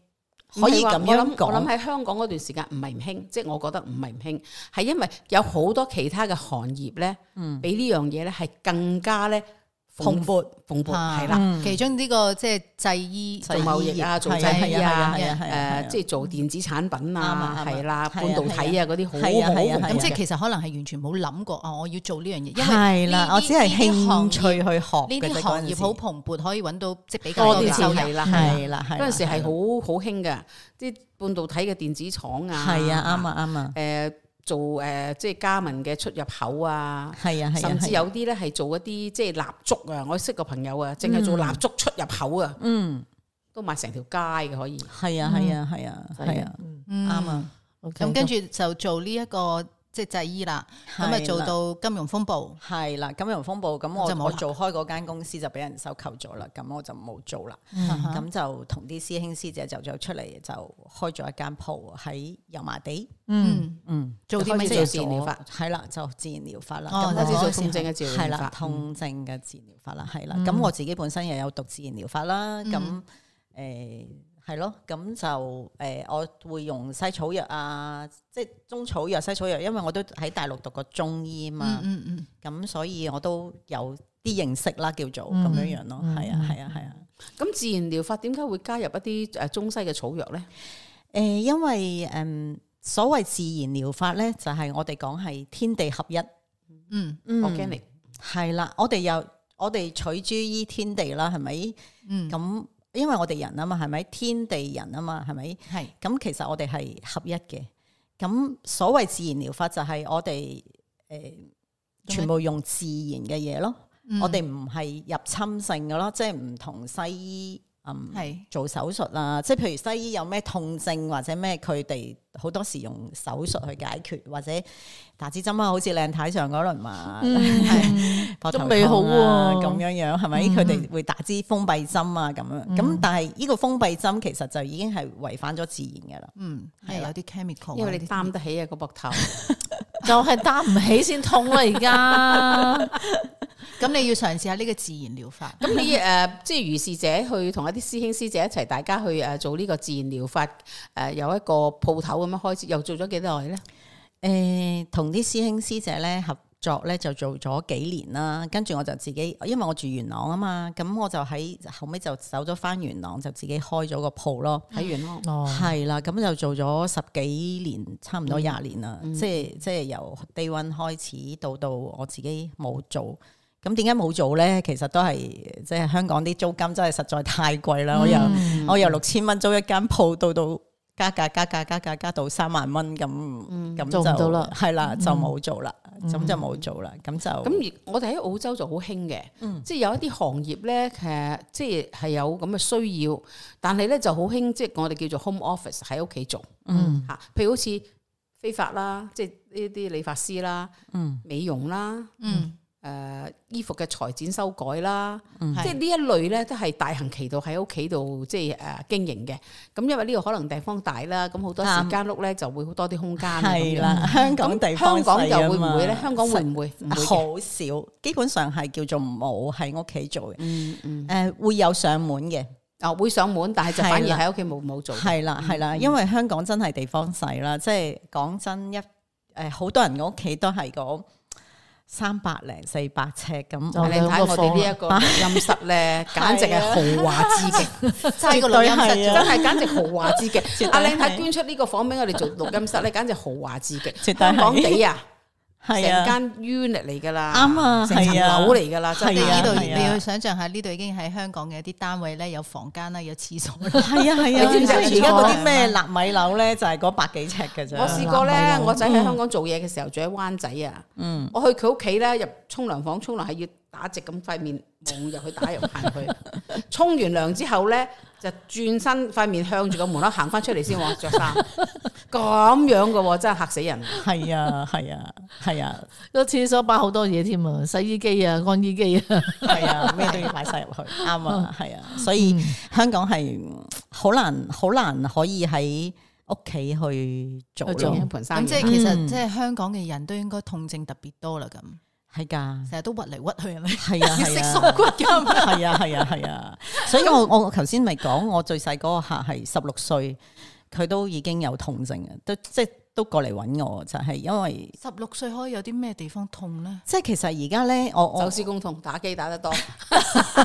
Speaker 4: 可
Speaker 2: 唔係
Speaker 4: 以
Speaker 2: 話
Speaker 4: 咁樣
Speaker 2: 我諗我諗
Speaker 4: 講，
Speaker 2: 喺香港嗰段時間唔係唔興，即係我覺得唔係唔興，係因為有好多其他嘅行業咧，比呢樣嘢咧係更加咧
Speaker 4: 蓬勃
Speaker 2: 嗯蓬勃
Speaker 1: 啊
Speaker 2: 係
Speaker 4: 嗯
Speaker 2: 啦。
Speaker 1: 其中呢個即係製衣
Speaker 2: 做貿易啊，做
Speaker 4: 係啊
Speaker 2: 製衣
Speaker 4: 係啊
Speaker 2: 啊，
Speaker 4: 係啊係啊係啊
Speaker 2: 誒，即係做電子產品啊，
Speaker 4: 啱啊啱啊
Speaker 2: 係啦，
Speaker 4: 係啊
Speaker 2: 半導體啊嗰啲好
Speaker 4: 係啊係啊
Speaker 2: 好
Speaker 4: 係啊
Speaker 1: 咁
Speaker 2: 咁
Speaker 1: 即
Speaker 2: 即
Speaker 1: 係
Speaker 2: 係
Speaker 1: 其實可能係完全冇諗過啊！我要做呢樣嘢，因為
Speaker 4: 係啦，我只係興趣去學
Speaker 1: 呢
Speaker 4: 嘅啫
Speaker 1: 啲
Speaker 4: 嗰
Speaker 1: 行
Speaker 4: 陣時
Speaker 1: 業好蓬勃，可以揾到即係比較
Speaker 2: 多
Speaker 1: 多
Speaker 2: 啲
Speaker 1: 嘅收
Speaker 2: 錢
Speaker 1: 入。
Speaker 2: 係啦，係啦。
Speaker 4: 係啦，係啊
Speaker 2: 嗰
Speaker 4: 啦
Speaker 2: 陣時係好好興嘅，啲半導體嘅電子廠啊，
Speaker 4: 係啊，啱啊，啱啊，
Speaker 2: 誒做誒、呃即係家文嘅出入口啊，
Speaker 4: 係啊係啊，
Speaker 2: 甚至
Speaker 4: 係啊
Speaker 2: 有啲咧係做一啲即係蠟燭啊！我識個朋友啊，淨係做蠟燭出入口啊，
Speaker 4: 嗯
Speaker 2: 都賣成條街嘅可以。
Speaker 4: 係啊係啊係啊
Speaker 2: 係
Speaker 4: 係
Speaker 2: 啊
Speaker 4: 啊
Speaker 1: 嗯
Speaker 4: 啱啊，
Speaker 1: 咁跟住就做呢、一個即係製衣啦，咁啊
Speaker 4: 係
Speaker 1: 做
Speaker 4: 啦
Speaker 1: 到金融風暴，
Speaker 4: 係啦，金融風暴咁
Speaker 1: 就冇
Speaker 4: 我
Speaker 1: 啦
Speaker 4: 我做開嗰間公司就俾人收購咗啦，咁我就冇做啦。
Speaker 1: 咁
Speaker 4: 嗯咁就同啲師兄師姐就走出嚟，就開咗一間鋪喺油麻地。
Speaker 1: 嗯。
Speaker 4: 嗯，
Speaker 1: 做啲乜
Speaker 2: 開始
Speaker 1: 嘢
Speaker 2: 做？自然療法
Speaker 4: 係啦，就自然療法啦。
Speaker 1: 哦
Speaker 4: 咁
Speaker 1: 就
Speaker 4: 我
Speaker 2: 開始
Speaker 1: 嗰
Speaker 2: 做
Speaker 1: 時
Speaker 2: 痛症嘅治
Speaker 4: 係
Speaker 2: 療法嗯
Speaker 4: 啦，，痛症嘅治療法啦，係啦。咁我自己本身又有讀自然療法啦，咁誒係咯，咁就誒我會用西草藥啊，即係中草藥、西草藥，因為我都喺大陸讀過中醫嘛
Speaker 1: 嗯，嗯嗯，
Speaker 4: 咁所以我都有啲認識啦，叫做咁樣樣咯，係啊，係啊，係啊。
Speaker 2: 咁自然療法點解會加入一啲誒中西嘅草藥咧？
Speaker 4: 誒，因為誒所謂自然療法咧，就係我哋講係天地合一。
Speaker 1: 嗯
Speaker 2: organic
Speaker 4: 係啦，我哋又我哋取諸於天地啦，係咪？
Speaker 1: 嗯，
Speaker 4: 咁因為我哋人啊嘛，係咪？天地人啊嘛，係咪？
Speaker 1: 係
Speaker 4: 咁其實我哋係合一嘅。咁所謂自然療法就係我哋诶、全部用自然嘅嘢咯。
Speaker 1: 嗯
Speaker 4: 我哋唔係入侵性嘅咯，即係唔同西醫嗯
Speaker 1: 係
Speaker 4: 做手術啊，即係譬如西醫有咩痛症或者咩，佢哋好多時用手術去解決，或者打支針啊，好似靚太上嗰輪嘛， 膊頭
Speaker 3: 都未嗯好
Speaker 4: 痛啊
Speaker 3: 喎嗯
Speaker 4: 咁樣樣係咪？佢哋會打支封閉針啊咁樣，咁但係呢個封閉針其實就已經係違反咗自然嘅啦。
Speaker 1: 嗯，係有啲 chemical，啊
Speaker 2: 因為你
Speaker 1: 啲
Speaker 2: 擔得起啊個膊 頭，
Speaker 3: 就係擔唔起先痛啦，而家
Speaker 1: 嗯咁你要嘗試下呢個自然療法，
Speaker 2: 咁你誒即係如是者去同一啲師兄師姐一齊，大家去誒做呢個自然療法，誒有一個鋪頭咁樣開始，又做咗幾耐咧？
Speaker 4: 誒，同啲師兄師姐咧合作咧就做咗幾年啦，跟住我就自己，因為我住元朗啊嘛，咁我就喺後尾就走咗翻元朗，就自己開咗個鋪咯。
Speaker 2: 喺元朗，
Speaker 3: 哦嗯
Speaker 4: 係啦，咁就做咗十幾年，差唔多廿年啦、即係即係由 day one 開始到到我自己冇做。咁點解冇做咧？其實都係即係香港啲租金真係實在太貴
Speaker 3: 嗯
Speaker 4: 啦！我又我由六千蚊租一間鋪，到到加價加價加價加到三萬蚊咁，咁
Speaker 3: 嗯做唔
Speaker 4: 就
Speaker 3: 到啦嗯
Speaker 4: 係啦，就冇做啦，咁就冇做啦，咁就
Speaker 2: 咁而我哋喺澳洲就好興嘅，
Speaker 4: 嗯
Speaker 2: 即係有一啲行業咧，其實即係係有咁嘅需要，但係咧就好興，即係我哋叫做 home office 喺屋企做，
Speaker 4: 嗯
Speaker 2: 嚇，譬如好似飛髮啦，即係呢啲理髮師啦，
Speaker 4: 嗯
Speaker 2: 美容啦，
Speaker 1: 嗯，
Speaker 2: 誒、呃衣服嘅裁剪修改啦，
Speaker 4: 嗯
Speaker 2: 即係呢一類咧都係大行其道喺屋企度即係誒、呃經營嘅。咁因為呢度可能地方大啦，咁好多時
Speaker 4: 啱
Speaker 2: 間屋咧就會好多啲空間啊
Speaker 4: 係。啦，香港地
Speaker 2: 咁
Speaker 4: 方
Speaker 2: 香港又會
Speaker 4: 細啊
Speaker 2: 唔
Speaker 4: 嘛
Speaker 2: 會咧？香港會唔會？唔會嘅
Speaker 4: 好少，基本上係叫做冇喺屋企做嘅。
Speaker 2: 嗯嗯，
Speaker 4: 誒、會有上門嘅，
Speaker 2: 啊會上門，但係就
Speaker 4: 係
Speaker 2: 反而
Speaker 4: 啦
Speaker 2: 喺屋企冇冇做。
Speaker 4: 係啦係
Speaker 2: 嗯
Speaker 4: 啦，因為香港真係地方細啦，即係講真一誒，好、多人嘅屋企都係嗰三百零四百尺
Speaker 3: 就
Speaker 4: 咁，
Speaker 2: 你睇我哋呢一個錄音室咧，
Speaker 4: 啊
Speaker 2: 簡直係豪華之 極，
Speaker 1: 齋個錄音
Speaker 4: 絕
Speaker 1: 室
Speaker 4: 對係
Speaker 1: 啫
Speaker 2: 真
Speaker 4: 啊
Speaker 2: 係簡直豪華 之極。
Speaker 4: 對
Speaker 2: 阿靚太
Speaker 4: 係
Speaker 2: 捐出呢個房俾我哋做錄音室咧，簡直豪華之極。
Speaker 4: 絕對
Speaker 2: 香
Speaker 4: 係
Speaker 2: 港地啊！
Speaker 4: 係
Speaker 2: 成
Speaker 4: 啊，
Speaker 2: 間 unit 嚟噶啦，
Speaker 4: 啱啊
Speaker 2: 成層
Speaker 4: 係啊
Speaker 2: 樓嚟噶啦，真
Speaker 1: 即係
Speaker 4: 係啊
Speaker 1: 呢
Speaker 2: 係。
Speaker 1: 度
Speaker 4: 係啊
Speaker 1: 嗯你要想象下，呢度已經喺香港嘅一啲單位咧，有房間啦，有廁所啦，
Speaker 4: 係啊係
Speaker 2: 你
Speaker 4: 啊，
Speaker 2: 知唔知
Speaker 4: 所以而家
Speaker 2: 我
Speaker 4: 嗰啲咩納米樓咧，就係嗰百幾尺嘅啫。
Speaker 2: 我試過咧，我仔喺香港做嘢嘅時候住喺灣仔啊，
Speaker 4: 嗯
Speaker 2: 我去佢屋企咧入沖涼房沖涼係要打直咁塊面望入去打入行去， 沖完涼之後咧就轉身塊面向住個門口行翻出嚟先喎，着衫咁樣嘅喎，真係嚇死人！
Speaker 4: 係啊係啊係啊
Speaker 3: 個廁所擺好多嘢添啊，洗衣機啊、乾衣機啊，
Speaker 4: 係啊，咩都要擺晒入去，啱啊，係啊，所
Speaker 2: 嗯
Speaker 4: 以香港係嗯好難好難可以喺屋企去
Speaker 3: 去
Speaker 4: 做
Speaker 3: 做
Speaker 4: 咯
Speaker 2: 一，盤
Speaker 1: 咁
Speaker 2: 生意啊
Speaker 1: 即係其實
Speaker 4: 嗯
Speaker 1: 即係香港嘅人都應該痛症特別多啦，咁
Speaker 4: 係㗎。
Speaker 1: 成日都屈嚟屈去 係咪？
Speaker 4: 係啊，
Speaker 1: 要食縮骨㗎，
Speaker 4: 係啊，係啊，係啊，所以我我頭先咪講，我最細嗰個客係十六歲，佢都已經有痛症啊，都即係都過嚟揾我，就係、因為
Speaker 1: 十六歲可以有啲咩地方痛咧？
Speaker 4: 即係其實而家咧，我我
Speaker 2: 手撕公痛打機打得多，
Speaker 4: 誒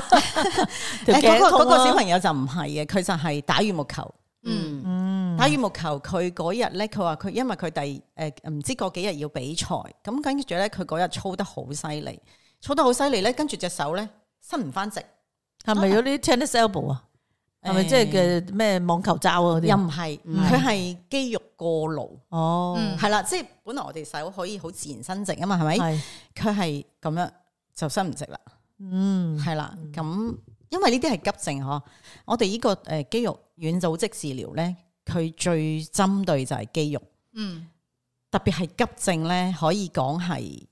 Speaker 4: 嗰、個嗰個小
Speaker 3: 友
Speaker 4: 朋友就唔係嘅，佢就係打羽毛球。
Speaker 2: 嗯，
Speaker 4: 打羽毛球，佢嗰日咧，佢話佢因為佢第誒唔知過幾日要比賽，咁跟住咧佢嗰日操得好犀利，操得好犀利咧，跟住隻手咧伸唔翻直，
Speaker 3: 係咪有啲 tennis elbow 啊？係咪即係嘅咩網球罩啊嗰
Speaker 4: 又
Speaker 3: 啲？
Speaker 4: 唔係，
Speaker 3: 嗯
Speaker 4: 佢係肌肉過勞，
Speaker 3: 哦，
Speaker 1: 嗯
Speaker 4: 係啦，即係本來我哋手可以好自然伸直啊嘛，係咪？
Speaker 3: 嗯係，
Speaker 4: 佢係咁樣就伸唔直啦，
Speaker 3: 嗯，
Speaker 4: 係啦，咁因為呢啲係急症嗬，我哋呢個诶肌肉軟組織治療咧，佢最針對就係肌肉，
Speaker 1: 嗯
Speaker 4: 特別係急症咧，可以講係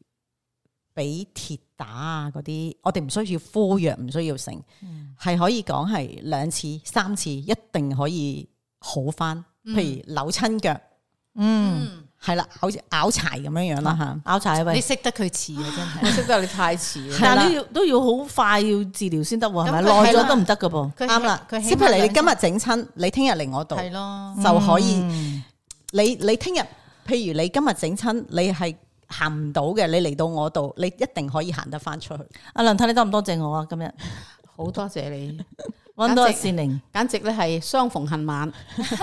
Speaker 4: 俾鐵打啊嗰啲，我哋唔需要敷藥，唔需要成，
Speaker 1: 嗯
Speaker 4: 係可以講係兩次、三次一定可以好翻，
Speaker 1: 嗯
Speaker 4: 譬如扭親腳。
Speaker 3: 嗯，
Speaker 1: 嗯，
Speaker 4: 系啦，好似拗柴咁樣樣啦吓。
Speaker 3: 拗柴啊
Speaker 1: 你
Speaker 3: 喂！
Speaker 1: 識得佢似啊，真係。
Speaker 2: 識得你太遲 啦。
Speaker 3: 但
Speaker 4: 係啦
Speaker 3: 都要都要好快要治療先得喎，係咪？
Speaker 1: 咁佢
Speaker 3: 耐
Speaker 1: 係啦
Speaker 3: 咗都唔得噶噃。
Speaker 1: 佢
Speaker 4: 啱啦，
Speaker 1: 佢
Speaker 4: 即
Speaker 1: 起
Speaker 4: 係
Speaker 1: 碼
Speaker 4: 譬如你
Speaker 1: 兩
Speaker 4: 今日整親，你聽日嚟我度
Speaker 1: 係咯，
Speaker 4: 就可以。
Speaker 3: 嗯
Speaker 4: 你你聽日，譬如你今日整親，你係行唔到嘅，你嚟到我度，你一定可以行得翻出去。
Speaker 3: 阿梁太，你多唔多謝我啊？今日
Speaker 2: 好多謝你，
Speaker 3: 揾到阿
Speaker 2: 簡直
Speaker 3: 善玲，
Speaker 2: 簡直咧係相逢恨晚。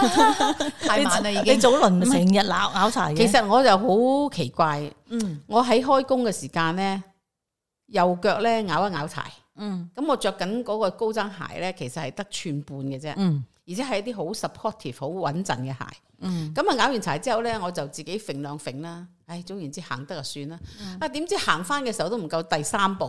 Speaker 1: 太晚啦已
Speaker 3: 你
Speaker 1: 經。
Speaker 3: 早輪成日拗拗柴嘅。
Speaker 2: 其實我就好奇怪，
Speaker 3: 嗯，
Speaker 2: 我喺開工嘅時間咧，右腳咧咬一咬柴，
Speaker 4: 嗯
Speaker 2: 咁我着緊嗰個高踭鞋咧，其實係得寸半嘅啫，
Speaker 4: 嗯
Speaker 2: 而且係一啲好 supportive、好穩陣嘅鞋。
Speaker 4: 嗯，
Speaker 2: 咁啊咬完柴之後咧，我就自己揈兩揈啦。唉，總言之行得就算啦。
Speaker 4: 嗯
Speaker 2: 啊，點知行翻嘅時候都唔夠第三步，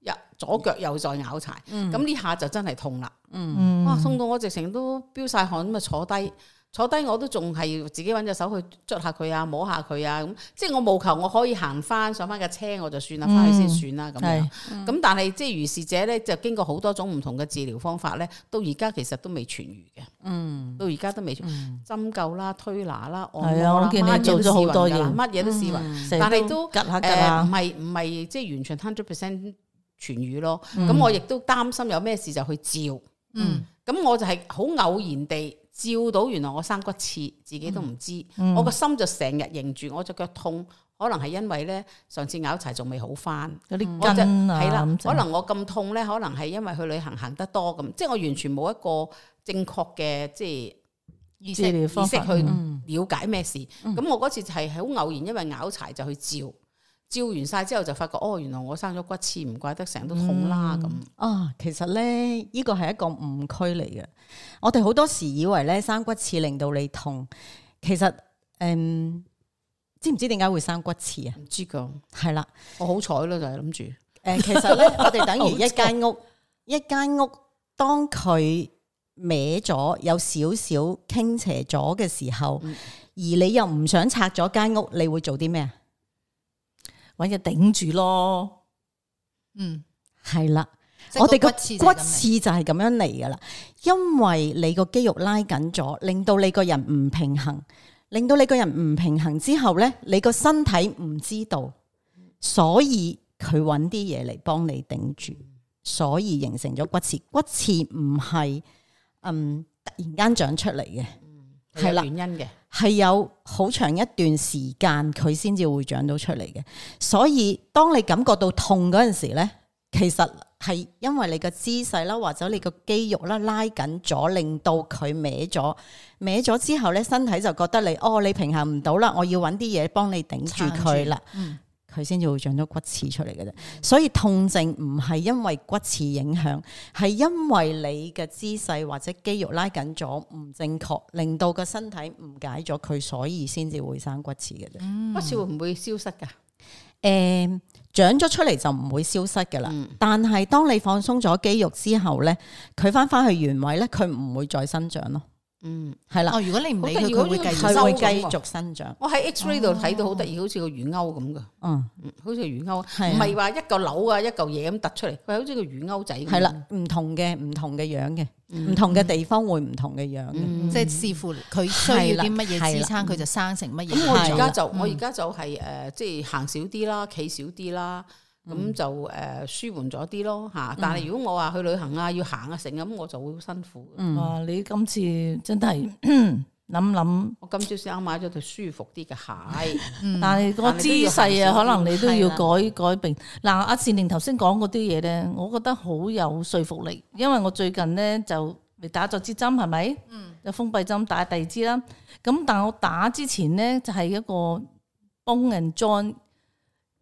Speaker 2: 右左腳又再咬柴，咁呢下就真係痛啦。
Speaker 3: 嗯
Speaker 2: 哇，痛到我直情都飆晒汗咁啊，坐低坐低我都仲係自己揾隻手去捽下佢啊，摸下佢啊，咁即係我務求我可以行翻上翻架車我就算啦，翻去先算啦咁樣。
Speaker 3: 係
Speaker 2: 咁但係即係如是者咧，就經過好多種唔同嘅治療方法咧，到而家其實都未痊愈嘅。嗯，到而家都未痊針灸啦、推拿啦、按
Speaker 3: 係啊
Speaker 2: 摩
Speaker 3: 我
Speaker 2: 啦，
Speaker 3: 見你
Speaker 2: 乜嘢都
Speaker 3: 做咗好多
Speaker 2: 試勻㗎啦
Speaker 3: 嘢
Speaker 2: 乜嘢都
Speaker 3: 嗯
Speaker 2: 試勻。
Speaker 3: 成日
Speaker 2: 但係都
Speaker 3: 吉下吉
Speaker 2: 誒呃唔
Speaker 3: 下，
Speaker 2: 係唔係即係完全 hundred percent 痊愈咯。
Speaker 3: 嗯
Speaker 2: 咁、我亦都擔心有咩事就去照。
Speaker 1: 嗯
Speaker 2: 咁我就係好偶然地照到，原來我生骨刺，自己都唔知。
Speaker 3: 嗯
Speaker 2: 我個心就成日凝住，我只腳痛，可能係因為咧上次咬柴仲未好翻。
Speaker 3: 有
Speaker 2: 我
Speaker 3: 啲
Speaker 2: 就
Speaker 3: 筋
Speaker 2: 係
Speaker 3: 啊，
Speaker 2: 啦
Speaker 3: 咁，
Speaker 2: 可能我咁痛咧，可能係因為去旅行行得多咁，即係我完全冇一個正確嘅即
Speaker 1: 意
Speaker 3: 治
Speaker 1: 識
Speaker 3: 療
Speaker 2: 係
Speaker 3: 方
Speaker 2: 意識
Speaker 3: 法
Speaker 2: 去
Speaker 3: 嗯
Speaker 2: 了解咩事。咁、我嗰次就係好偶然，因為咬柴就去照，照完晒之後就發覺哦，原來我生咗骨刺，唔怪得成日都痛啦咁。
Speaker 4: 啊，其實咧呢個係一個誤區嚟嘅。我哋好多時以為咧生骨刺令到你痛，其實嗯，知唔知點解會生骨刺啊？
Speaker 2: 唔知㗎，
Speaker 4: 係啦。
Speaker 2: 我好彩啦，就係諗住。
Speaker 4: 诶、其實咧，我哋等於一間屋，一間屋當佢歪咗，有少少傾斜咗嘅時候，
Speaker 2: 嗯
Speaker 4: 而你又唔想拆咗間屋，你會做啲咩啊？
Speaker 3: 揾嘢頂住咯。
Speaker 1: 嗯，
Speaker 4: 係啦，
Speaker 1: 即係
Speaker 4: 我哋個
Speaker 1: 個刺就係咁
Speaker 4: 骨
Speaker 1: 嚟
Speaker 4: 刺就係咁樣嚟噶啦，因為你個肌肉拉緊咗，令到你個人唔平衡，令到你個人唔平衡之後咧，你個身體唔知道，所以佢揾啲嘢嚟幫你頂住，所以形成咗骨刺。骨刺唔係嗯突然間長出嚟嘅，
Speaker 2: 係
Speaker 4: 係
Speaker 2: 啦，
Speaker 4: 啦
Speaker 2: 原因嘅。
Speaker 4: 係有好長一段時間佢先至會長到出嚟嘅。所以當你感覺到痛嗰陣時咧，其實係因為你個姿勢啦，或者你個肌肉啦拉緊咗，令到佢歪咗，歪咗之後咧，身體就覺得你哦，你平衡唔到啦，我要揾啲嘢幫你頂住佢啦。
Speaker 1: 嗯
Speaker 4: 佢先至會長咗骨刺出嚟嘅啫，所以痛症唔係因為骨刺影響，係因為你嘅姿勢或者肌肉拉緊咗唔正確，令到個身體誤解咗佢，所以先至會生骨刺嘅啫。
Speaker 2: 骨刺會唔會消失㗎？
Speaker 4: 诶、長咗出嚟就唔會消失噶啦，
Speaker 2: 嗯
Speaker 4: 但係當你放鬆咗肌肉之後咧，佢翻翻去原位咧，佢唔會再生長咯。
Speaker 2: 嗯，
Speaker 4: 係啦，
Speaker 1: 哦，如果你唔理
Speaker 2: 好
Speaker 1: 佢，
Speaker 2: 得意
Speaker 1: 佢會
Speaker 2: 好
Speaker 1: 繼
Speaker 2: 似
Speaker 1: 續
Speaker 4: 佢會
Speaker 2: 收緊
Speaker 4: 繼
Speaker 2: 喎
Speaker 4: 續生長。
Speaker 2: 我喺 X-ray 度睇到好得意，好似個魚鈎咁㗎，
Speaker 4: 嗯，
Speaker 2: 嗯好似個魚鈎，
Speaker 4: 係
Speaker 2: 唔
Speaker 4: 啊
Speaker 2: 係話一嚿樓啊一嚿嘢咁突出嚟，佢好似個魚鈎仔咁。
Speaker 4: 係啦，唔同嘅唔同嘅樣嘅，唔同嘅地方會唔同嘅樣嘅。
Speaker 2: 嗯，
Speaker 1: 即係視乎佢需要啲乜
Speaker 4: 係
Speaker 1: 嘢
Speaker 4: 啦係啦
Speaker 1: 支撐，佢就生成乜嘢。
Speaker 2: 咁我
Speaker 4: 係
Speaker 2: 而家就我而家就係誒，即係行少啲啦，企少啲啦，咁就誒舒緩咗啲咯嚇。但係如果我話去旅行啊，要行啊成咁，我就會好辛苦。
Speaker 4: 嗯
Speaker 3: 哇！你今次真係 諗諗，
Speaker 2: 我今朝先啱買咗對舒服啲嘅鞋，
Speaker 1: 嗯
Speaker 3: 但係個
Speaker 2: 但係
Speaker 3: 姿
Speaker 2: 都要行
Speaker 3: 勢啊，
Speaker 2: 少
Speaker 3: 可能你都要
Speaker 4: 係
Speaker 3: 改改變。嗱，阿善玲頭先講嗰啲嘢咧，我覺得好有說服力，因為我最近咧就未打咗支針，係咪？嗯。就封閉針打第二支啦。咁但我打之前咧，就係一個 Bone and Joint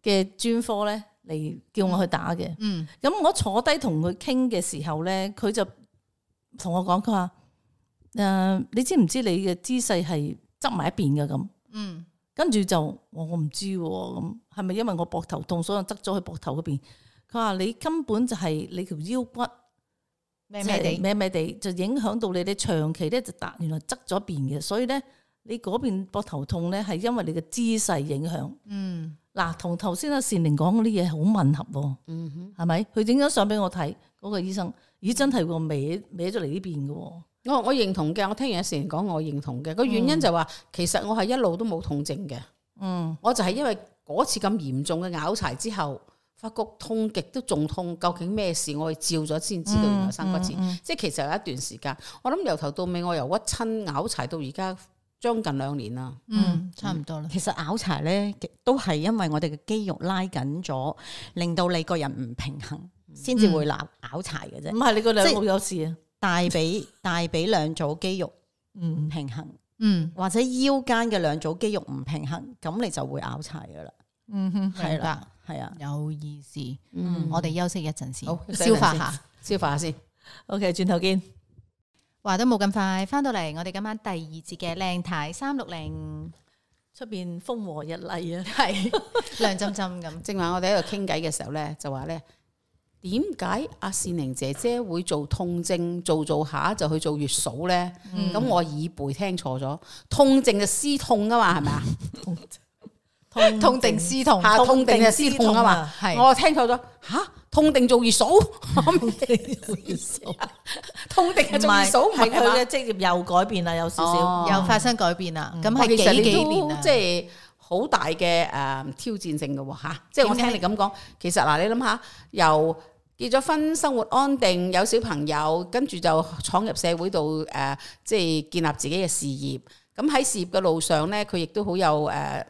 Speaker 3: 嘅專科咧嚟叫我去打嘅。
Speaker 1: 嗯
Speaker 3: 咁我坐低同佢傾嘅時候咧，佢就同我講，佢話诶，誒你知唔知你嘅姿勢係執埋一邊嘅咁？
Speaker 1: 嗯
Speaker 3: 跟住就我我唔知喎，咁係咪因為我膊頭痛，所以我側咗去膊頭嗰邊？佢話你根本就係你條腰骨
Speaker 1: 咩咩
Speaker 3: 即係
Speaker 1: 地，
Speaker 3: 咩咩地，就影響到你你長期咧就突原來側咗邊嘅，所以咧你嗰邊膊頭痛咧係因為你嘅姿勢影響。
Speaker 1: 嗯
Speaker 3: 嗱，同頭先阿善玲講嗰啲嘢好吻合喎、
Speaker 2: 嗯哼，
Speaker 3: 係咪？佢影咗相俾我睇，嗰、個醫生，咦，真係喎，歪歪咗嚟呢邊嘅喎，
Speaker 2: 我我認同嘅，我聽完阿成講，我認同嘅。個原因就話，其實我係一路都冇痛症嘅，
Speaker 3: 嗯，
Speaker 2: 我就係因為嗰次咁嚴重嘅拗柴之後，發覺痛極都仲痛，究竟咩事？我去照咗先知道原來生骨刺。即係其實有一段時間，我諗由頭到尾，我由屈親拗柴到而家將近兩年啦。
Speaker 1: 嗯，差唔多啦，
Speaker 4: 其實拗柴咧，都係因為我哋嘅肌肉拉緊咗，令到你個人唔平衡，先
Speaker 3: 嗯
Speaker 4: 至會鬧拗柴嘅啫。
Speaker 3: 唔係你個兩
Speaker 4: 即係
Speaker 3: 好有事啊，
Speaker 4: 大髀大髀兩組肌肉唔
Speaker 3: 嗯，
Speaker 4: 平衡，
Speaker 1: 嗯
Speaker 4: 或者腰間嘅兩組肌肉唔平衡，咁你就會拗柴噶啦。
Speaker 3: 嗯哼，
Speaker 4: 係
Speaker 1: 明白
Speaker 4: 啦，係啊。
Speaker 1: 有意思。
Speaker 2: 嗯，
Speaker 1: 我哋休息一陣先，
Speaker 2: 好
Speaker 1: 消化
Speaker 2: 休息一陣
Speaker 1: 下。
Speaker 2: 消化下先。
Speaker 3: ，OK，轉頭見。
Speaker 1: 話得冇咁快，翻到嚟我哋今晚第二節嘅靚太三六 零，
Speaker 3: 出邊風和日 麗啊！
Speaker 1: 係涼浸浸咁。
Speaker 2: 正話我哋喺度傾偈嘅時候咧，就話咧點解阿善玲姐姐會做痛症，做做下就去做月嫂咧？咁、我耳背聽錯咗，痛症就思痛啊嘛，係咪啊？
Speaker 3: 痛
Speaker 1: 痛定思痛，
Speaker 3: à,
Speaker 2: 嚇痛定就思痛啊嘛，
Speaker 1: 係
Speaker 2: 我聽錯咗吓，痛定做月嫂，
Speaker 3: 痛定做月嫂，
Speaker 2: 痛定係
Speaker 3: 唔
Speaker 2: 做月
Speaker 3: 係
Speaker 2: 嫂，唔
Speaker 3: 係
Speaker 2: 係
Speaker 3: 佢嘅
Speaker 2: 佢嘅。
Speaker 3: 職業又改變啦，有少少
Speaker 2: 哦
Speaker 1: 又發生改變啦。咁係
Speaker 2: 嗯其實
Speaker 1: 幾
Speaker 2: 你
Speaker 1: 幾
Speaker 2: 都
Speaker 1: 年啊？
Speaker 2: 即係好大嘅诶、誒挑戰性嘅喎吓，即係我聽你咁講，其實嗱你諗下，由結咗婚，生活安定，有小朋友，跟住就闖入社會度诶、誒即係建立自己嘅事業。咁喺事業嘅路上咧，佢亦都好有誒、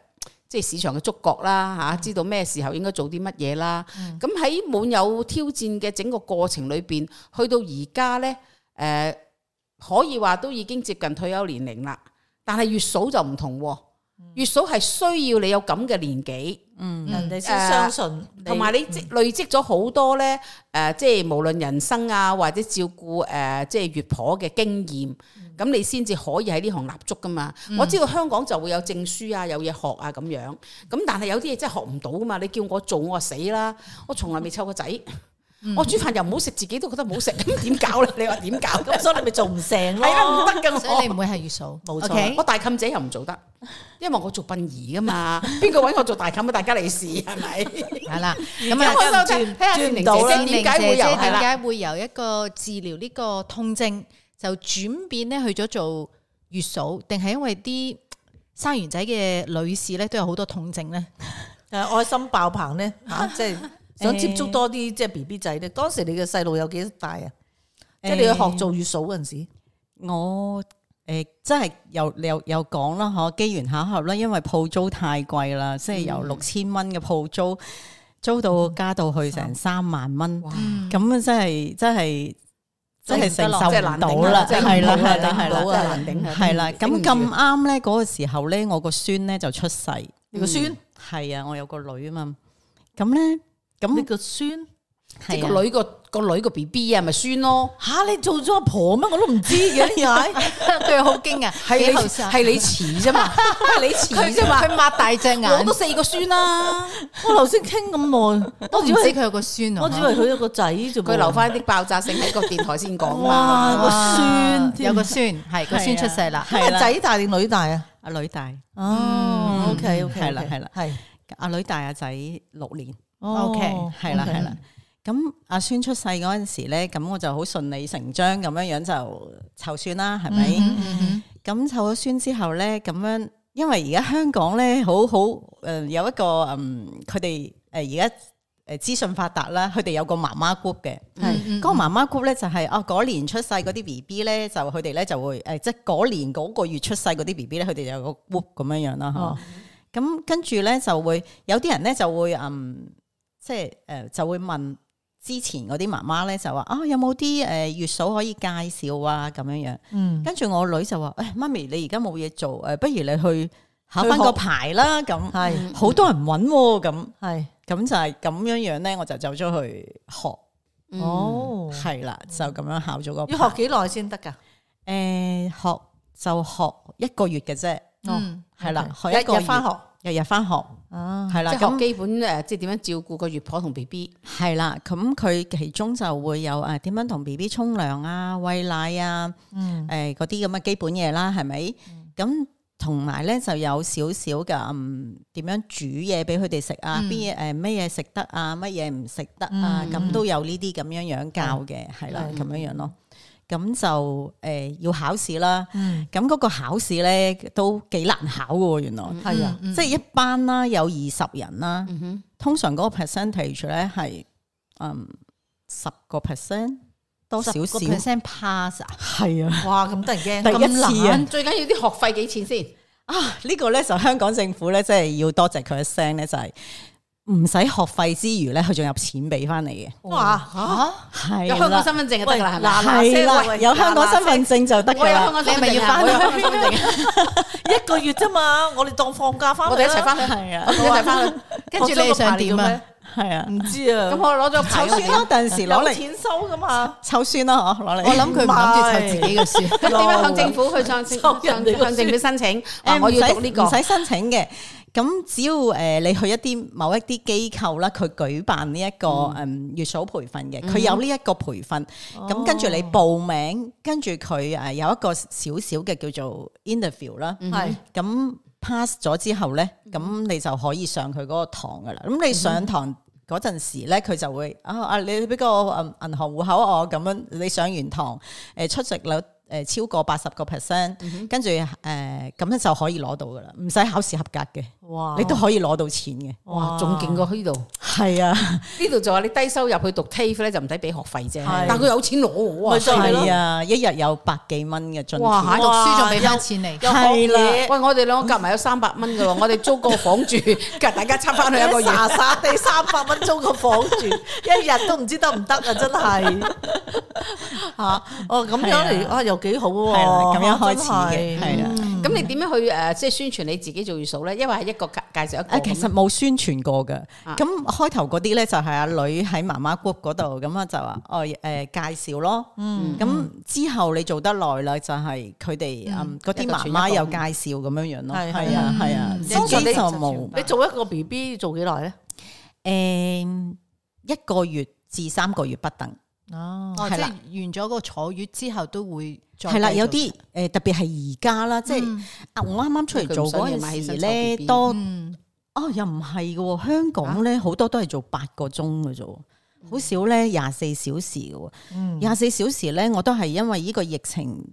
Speaker 2: 即係市場嘅觸覺啦嚇、知道咩時候應該做啲乜嘢啦。咁喺滿有挑戰嘅整個過程裏邊，去到而家咧，誒、可以話都已經接近退休年齡啦。但係月嫂就唔同喎，月嫂係需要你有咁嘅年紀。
Speaker 1: 嗯 Ừ.
Speaker 3: 人哋先相信你，嗯
Speaker 2: 同 埋你積累積咗好多咧，誒、即係無論人生啊，或者照顧誒、呃即係月婆嘅經驗，
Speaker 3: 嗯
Speaker 2: 咁、你先至可以喺呢行立足噶嘛。我知道香港就會有證書啊，有嘢學啊咁樣，咁但係有啲嘢真係學唔到噶嘛。你叫我做，我話死啦，我從來未湊過仔，
Speaker 3: 嗯
Speaker 2: 我煮飯又唔好食，自己都覺得唔好食，咁點搞咧？你話點搞？
Speaker 3: 咁，哦所以你咪做唔成
Speaker 2: 係啦，唔
Speaker 3: 咯。
Speaker 2: 得噶
Speaker 1: 所
Speaker 2: 我
Speaker 1: 以。你唔會係月 嫂，
Speaker 3: 冇錯
Speaker 1: OK
Speaker 2: 我大襟姐又唔做 得，因為我做殯儀噶 嘛，邊個揾我做大襟啊？大家利是係咪？
Speaker 1: 係啦。咁
Speaker 2: 咁
Speaker 1: 啊
Speaker 2: 啊，，我就睇下
Speaker 3: 轉
Speaker 2: 善
Speaker 3: 唔
Speaker 2: 玲
Speaker 3: 到
Speaker 2: 姐
Speaker 3: 啦
Speaker 1: 善
Speaker 2: 姐
Speaker 1: 玲
Speaker 2: 點解
Speaker 1: 姐
Speaker 2: 會
Speaker 1: 姐
Speaker 2: 有係
Speaker 1: 點
Speaker 2: 啦？
Speaker 1: 解會由一個治療呢個痛症就轉變咧去咗做月嫂，定係因為啲生完仔嘅女士咧都有好多痛症 咧？
Speaker 3: 誒，愛心爆棚咧嚇，即係想接觸多啲即係 B B 仔咧。當時你嘅細路有幾大啊？即係你去學做月嫂嗰陣時，
Speaker 4: 我诶、真係又又又講啦，嗬，機緣巧合啦，因為鋪租太貴啦，即係由六千蚊嘅鋪租租到加到去成三萬蚊，
Speaker 2: 哇
Speaker 4: 咁啊真係真係真係承
Speaker 2: 即係
Speaker 4: 受唔
Speaker 2: 難
Speaker 4: 到
Speaker 2: 頂
Speaker 3: à?
Speaker 4: 啦，
Speaker 2: 即係
Speaker 4: 係啦係啦係
Speaker 2: 頂唔
Speaker 4: 啦
Speaker 2: 到啊，難頂啊，
Speaker 4: 係啦，
Speaker 2: 頂
Speaker 4: 咁
Speaker 2: 唔住
Speaker 4: 咁啱咧嗰個時候咧，我個孫咧就出世，
Speaker 3: 你個孫，
Speaker 4: 係啊，我有個女啊嘛，咁咧
Speaker 3: 你
Speaker 4: 咁
Speaker 3: 個孫
Speaker 2: 即
Speaker 4: 係
Speaker 2: 係
Speaker 4: 啊
Speaker 2: 個女個個女個 B B 啊，咪孫咯，
Speaker 3: 吓，你做咗阿婆咩？我都唔知嘅，點解？
Speaker 1: 佢好驚啊！
Speaker 2: 係
Speaker 1: 幾
Speaker 2: 你
Speaker 1: 後生，
Speaker 2: 係你遲啫 嘛，係你
Speaker 1: 佢
Speaker 2: 遲啫嘛
Speaker 1: 佢，擘大隻眼，
Speaker 2: 我都
Speaker 1: 我
Speaker 2: 四個孫啦，
Speaker 3: 我頭先傾咁耐，我
Speaker 1: 唔
Speaker 3: 以
Speaker 1: 知
Speaker 3: 為
Speaker 1: 佢有個孫啊！
Speaker 3: 我以為佢有個仔啫喎，
Speaker 2: 佢留翻啲爆炸性喺個電台先講
Speaker 3: 哇
Speaker 2: 嘛。
Speaker 3: 個孫添
Speaker 1: 啊有個孫，係個孫
Speaker 4: 係啊
Speaker 1: 出世啦。
Speaker 4: 係啦
Speaker 3: 仔大定女大啊？
Speaker 4: 阿女大，
Speaker 3: 哦，OK OK，
Speaker 4: 係啦係啦
Speaker 3: 係
Speaker 4: 阿女大阿仔六年。
Speaker 3: 哦
Speaker 1: OK，
Speaker 4: 係啦係啦。咁阿孫出世嗰陣時咧，咁我就好順理成章咁樣樣就湊孫啦，係咪？
Speaker 1: 嗯
Speaker 4: 咁湊咗孫之後咧，咁樣因為而家香港咧，好好誒、呃有一個嗯，佢哋誒而家誒資訊發達啦，佢哋有個媽媽 group 嘅。嗯
Speaker 3: 係
Speaker 4: 嗰個媽媽 group 咧就係、啊嗰年出世嗰啲 B B 咧，就佢哋咧就會誒、呃即係嗰年嗰個月出世嗰啲 B B 咧，佢哋就有個 group 咁樣樣啦嚇。
Speaker 3: 哦
Speaker 4: 咁跟住咧就會有啲人咧就會嗯，即係誒、呃就會問之前嗰啲媽媽咧就話啊有冇啲誒月嫂可以介紹啊咁樣樣。
Speaker 3: 嗯，
Speaker 4: 跟住我女就話：，誒、哎媽咪，你而家冇嘢做，啊誒，不如你去考
Speaker 3: 去
Speaker 4: 翻
Speaker 3: 學
Speaker 4: 個牌啦。咁
Speaker 3: 係
Speaker 4: 好多人揾喎、咁
Speaker 3: 係
Speaker 4: 咁就係咁樣樣咧，我就走咗去學。
Speaker 2: 嗯
Speaker 3: 哦，
Speaker 4: 係啦，就咁樣考咗個牌。
Speaker 3: 要學幾耐先得㗎？
Speaker 4: 诶、學就學一個月嘅啫，
Speaker 3: Ờ,
Speaker 1: 嗯，
Speaker 4: 係啦，學一
Speaker 3: 哦日
Speaker 4: 個
Speaker 3: 日翻
Speaker 4: 學，
Speaker 3: 學
Speaker 4: 日日翻學，
Speaker 3: 啊，
Speaker 4: 係啦，
Speaker 2: 即系学
Speaker 4: 咁
Speaker 2: 基本诶，誒即系点样照顧個月婆同 B B。
Speaker 4: 係啦，咁佢其中就會有诶点样同 B B 沖涼啊、喂奶啊、
Speaker 3: 嗯
Speaker 4: 诶嗰啲咁嘅基本嘢啦，係咪？咁同埋咧就有少少嘅嗯点样煮嘢俾佢哋食啊，
Speaker 1: 嗯
Speaker 4: 邊嘢诶咩嘢食得啊，乜嘢唔食得啊，
Speaker 3: 嗯
Speaker 4: 咁、都有呢啲咁樣樣教嘅，係啦，
Speaker 3: 嗯
Speaker 4: 咁樣樣咯。咁就诶、要考試啦。
Speaker 3: 嗯，
Speaker 4: 咁嗰個考試咧都幾難考嘅喎，原來，
Speaker 3: 係啊，
Speaker 1: 嗯
Speaker 4: 即係一班啦，有二十人啦，
Speaker 2: 嗯哼，
Speaker 4: 通常嗰個 percentage 咧係嗯十個 percent 多少少，
Speaker 1: percent pass 啊，
Speaker 4: 係啊，
Speaker 3: 哇，咁得人
Speaker 4: 第
Speaker 3: 驚，
Speaker 4: 一次啊，
Speaker 2: 最緊要啲學費幾錢先？
Speaker 4: 啊呢個咧就香港政府咧，即係要多謝佢一聲咧，就係唔使學費之餘咧，佢仲有錢俾翻你嘅，
Speaker 2: 哦
Speaker 3: 哇，
Speaker 1: 吓，
Speaker 4: 係
Speaker 2: 有香港
Speaker 4: 啦，
Speaker 2: 身份證就得㗎啦，係
Speaker 3: 喂嗱
Speaker 2: 咪？
Speaker 4: 係
Speaker 3: 嗱聲
Speaker 4: 啦，
Speaker 3: 喂
Speaker 4: 有香港身份證就得
Speaker 2: 我
Speaker 4: 㗎
Speaker 2: 有香
Speaker 4: 啦，
Speaker 2: 港身份
Speaker 1: 你咪
Speaker 2: 證
Speaker 1: 要
Speaker 2: 啊，
Speaker 1: 返
Speaker 2: 我有香港身份證啊，
Speaker 3: 一個月啫嘛，我哋當放假翻，
Speaker 2: 我哋一齊翻去，
Speaker 4: 係啊
Speaker 2: 我，哋一齊翻去。
Speaker 1: 跟住你想點啊？
Speaker 4: 係啊，
Speaker 3: 唔知啊，
Speaker 2: 咁我攞咗牌
Speaker 4: 湊
Speaker 2: 我
Speaker 4: 孫
Speaker 2: 點
Speaker 4: 咯，第陣時攞
Speaker 3: 有
Speaker 4: 嚟
Speaker 3: 錢收噶嘛，
Speaker 4: 湊孫啦，嗬，攞嚟
Speaker 1: 我。諗佢唔諗住湊自己嘅書，
Speaker 2: 咁點樣向政府去上
Speaker 3: 收人哋
Speaker 2: 上
Speaker 3: 個
Speaker 2: 向政府申請？啊
Speaker 4: 誒
Speaker 2: 我
Speaker 4: 唔
Speaker 2: 要
Speaker 4: 使
Speaker 2: 讀呢
Speaker 4: 唔
Speaker 2: 個。
Speaker 4: 使申請嘅。咁只要誒、呃你去一啲某一啲機構啦，佢舉辦呢、一個
Speaker 2: 嗯
Speaker 4: 誒月嫂培訓嘅，佢有呢一個培訓，咁、
Speaker 2: 哦
Speaker 4: 跟住你報名，跟住佢誒有一個少少嘅叫做 interview 啦，
Speaker 3: 係
Speaker 4: 咁、pass 咗之後咧，
Speaker 3: 嗯
Speaker 4: 咁你就可以上佢嗰個堂噶啦。咁你上堂嗰陣時咧，佢就會啊啊，你俾個誒銀行户口我咁樣，你上完堂誒出席率。誒超過八十個 percent，跟
Speaker 3: 嗯
Speaker 4: 住誒咁咧就可以攞到噶啦，唔使考試合格嘅，
Speaker 3: 哇，
Speaker 4: 你都可以攞到錢嘅。
Speaker 2: 哇，仲勁過呢度，
Speaker 4: 係啊，
Speaker 2: 呢度就話你低收入去讀 TAFE 咧就唔使俾學費啫，
Speaker 3: 係
Speaker 2: 但佢有錢攞喎
Speaker 3: 咪就係咯
Speaker 4: 係啊，一日有百幾蚊嘅津
Speaker 2: 哇
Speaker 4: 貼，
Speaker 1: 讀書仲俾翻錢你，
Speaker 3: 又學
Speaker 4: 係啦
Speaker 3: 嘢，
Speaker 2: 喂，我哋兩個夾埋有三百蚊噶 喎，我哋租個房住， 夾大家差翻 去一個月。
Speaker 3: 傻傻地三百蚊租個房住，一日都唔知得唔得啊！真係吓哦，咁樣
Speaker 4: 係
Speaker 3: 嚟
Speaker 4: 啊
Speaker 3: 啊，又幾好喎，
Speaker 4: 係啦，咁樣開始
Speaker 3: 真係
Speaker 4: 嘅，係啊。
Speaker 2: 咁你點樣去誒即係宣傳你自己做月嫂咧？因為係一個介介紹一個咁
Speaker 4: 誒，啊其
Speaker 2: 樣。
Speaker 4: 實冇宣傳過嘅。
Speaker 2: 啊
Speaker 4: 咁開頭嗰啲咧就係阿女喺媽媽 group 嗰度，咁啊就話哦誒介紹咯。嗯咁之後你做得耐啦，就係佢哋嗯嗰啲媽媽有介紹咁樣樣咯。
Speaker 3: 係
Speaker 4: 係啊
Speaker 1: 係
Speaker 4: 係啊，
Speaker 1: 嗯
Speaker 4: 通常就冇
Speaker 3: 你做一個 B B 做幾耐咧？
Speaker 4: 誒一個月至三個月不等。
Speaker 3: 哦
Speaker 1: 哦，即
Speaker 4: 係
Speaker 1: 係
Speaker 4: 啦
Speaker 1: 完咗嗰個坐月之後都會再
Speaker 4: 係啦，有
Speaker 1: 繼續
Speaker 4: 啲誒特別係而家啦，即係
Speaker 1: 嗯
Speaker 4: 啊我啱啱出嚟做嗰陣
Speaker 2: 佢
Speaker 4: 時咧，
Speaker 2: 唔想夜晚起身湊 BB
Speaker 4: 多
Speaker 1: 嗯
Speaker 4: 哦，又唔係嘅喎，香港咧好多都係做八個鐘嘅啫喎，好少咧廿四小時嘅喎。
Speaker 3: 嗯
Speaker 4: 廿四小時咧，我都係因為呢個疫情，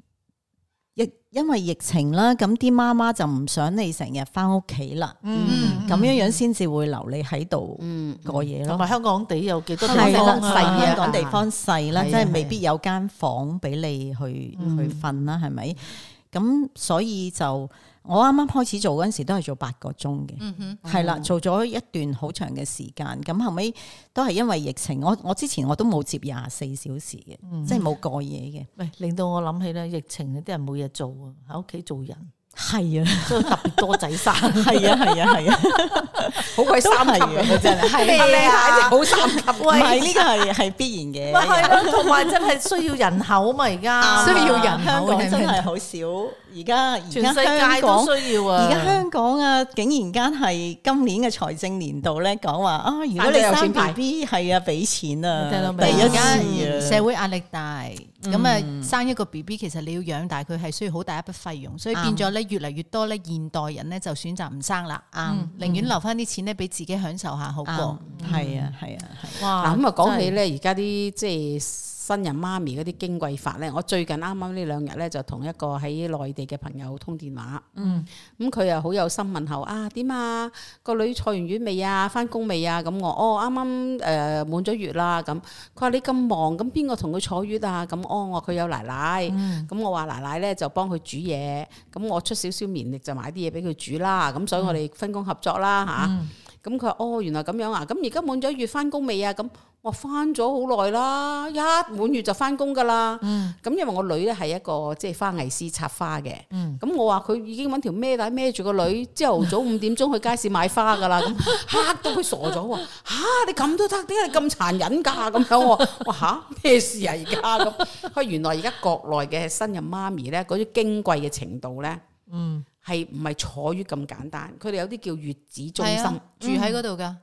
Speaker 4: 疫因為疫情啦，咁啲媽媽就唔想你成日翻屋企啦，
Speaker 3: Ừ.
Speaker 1: 嗯
Speaker 4: 咁樣樣先至會留你喺度
Speaker 2: 嗯，
Speaker 4: 過夜
Speaker 3: 同
Speaker 4: 咯。
Speaker 3: 埋香港地有幾多地
Speaker 4: 係啦
Speaker 3: 方，
Speaker 2: 細啊
Speaker 4: 香港地方細啦，
Speaker 2: 係啊
Speaker 4: 即係未必有間房俾你去
Speaker 3: 嗯
Speaker 4: 去瞓啦，係咪？咁所以就我啱啱開始做嗰陣時，都係做八個鐘嘅。
Speaker 1: 嗯哼
Speaker 4: 係啦，做咗一段好長嘅時間，咁後尾都係因為疫情，我我之前我都冇接廿四小時嘅，即係冇過夜
Speaker 3: 喂，令到我諗起咧，疫情呢啲人冇嘢做啊，喺屋企做人，
Speaker 4: 嘅。係啊，
Speaker 3: 所以特別多仔生。
Speaker 4: 係啊，係啊，係啊，
Speaker 2: 好鬼三級
Speaker 4: 都係
Speaker 2: 嘅真 係，係
Speaker 3: 咩啊
Speaker 2: 好三級。
Speaker 4: 唔
Speaker 3: 喂
Speaker 4: 係呢個係係必
Speaker 3: 咪
Speaker 4: 然 嘅。
Speaker 3: 係咯，同埋真係需要人口嘛，而家
Speaker 4: À.
Speaker 1: 需要人口
Speaker 4: 香港
Speaker 1: 係
Speaker 4: 真
Speaker 1: 咩
Speaker 4: 係好少，而家而
Speaker 3: 全
Speaker 4: 家
Speaker 3: 世界
Speaker 4: 香港。
Speaker 3: 都需要啊。
Speaker 4: 而家香港啊，竟然間係今年嘅財政年度咧，講話啊，如果
Speaker 2: 生咗
Speaker 4: 你
Speaker 2: 有
Speaker 4: 生
Speaker 2: 錢派
Speaker 4: B B 係啊，俾錢
Speaker 3: 你聽到
Speaker 4: 啊，第
Speaker 3: 未
Speaker 4: 一
Speaker 1: 而家
Speaker 4: 次啊
Speaker 1: 嗯社會壓力大，咁啊生一個 B B 其實你要養大佢係需要好大一筆費用，所以變咗咧越嚟越多咧現代人咧就選擇唔生啦，
Speaker 4: 啱
Speaker 1: 寧願留翻啲錢咧俾自己享受下好
Speaker 4: 啱，
Speaker 1: 過。
Speaker 4: 係啊，係啊，係啊
Speaker 3: 哇
Speaker 2: 嗱咁啊，講起咧，而家啲即係新人媽咪嗰啲矜貴法咧，我最近啱啱呢兩日咧就同一個喺內地嘅朋友通電話，嗯，咁佢又好有心問候啊，點啊，個女坐完月未啊，翻工未啊？咁我哦啱啱誒滿咗月啦，咁佢話你咁忙，咁邊個同佢坐月啊？咁哦，我話佢有奶奶，
Speaker 4: 嗯
Speaker 2: 咁、我話奶奶咧就幫佢煮
Speaker 4: 嗯
Speaker 2: 嘢，咁我出少少綿力就買啲嘢俾佢煮啦，咁所以我哋分工合作啦吓，咁、咁佢話：哦，原來咁樣啊！咁而家滿咗月翻工未啊？咁我翻咗好耐啦，一滿月就翻工噶啦。
Speaker 1: 嗯
Speaker 2: 咁因為我女咧係一個即係花藝師插花嘅，
Speaker 1: 嗯
Speaker 2: 咁我話佢已經揾條孭帶孭住個女，朝頭早五點鐘去街市買花噶啦，咁 嚇到佢傻咗喎！嚇你咁都得，點解你咁殘忍㗎？咁樣喎，我 嚇咩事啊而家咁？佢話原來而家國內嘅新任媽咪咧，嗰啲矜貴嘅程度咧，
Speaker 5: 嗯，
Speaker 2: 係唔係坐於咁簡單？佢哋有啲叫月子中
Speaker 1: 係
Speaker 2: 心嗯
Speaker 1: 啊。，住喺嗰度噶，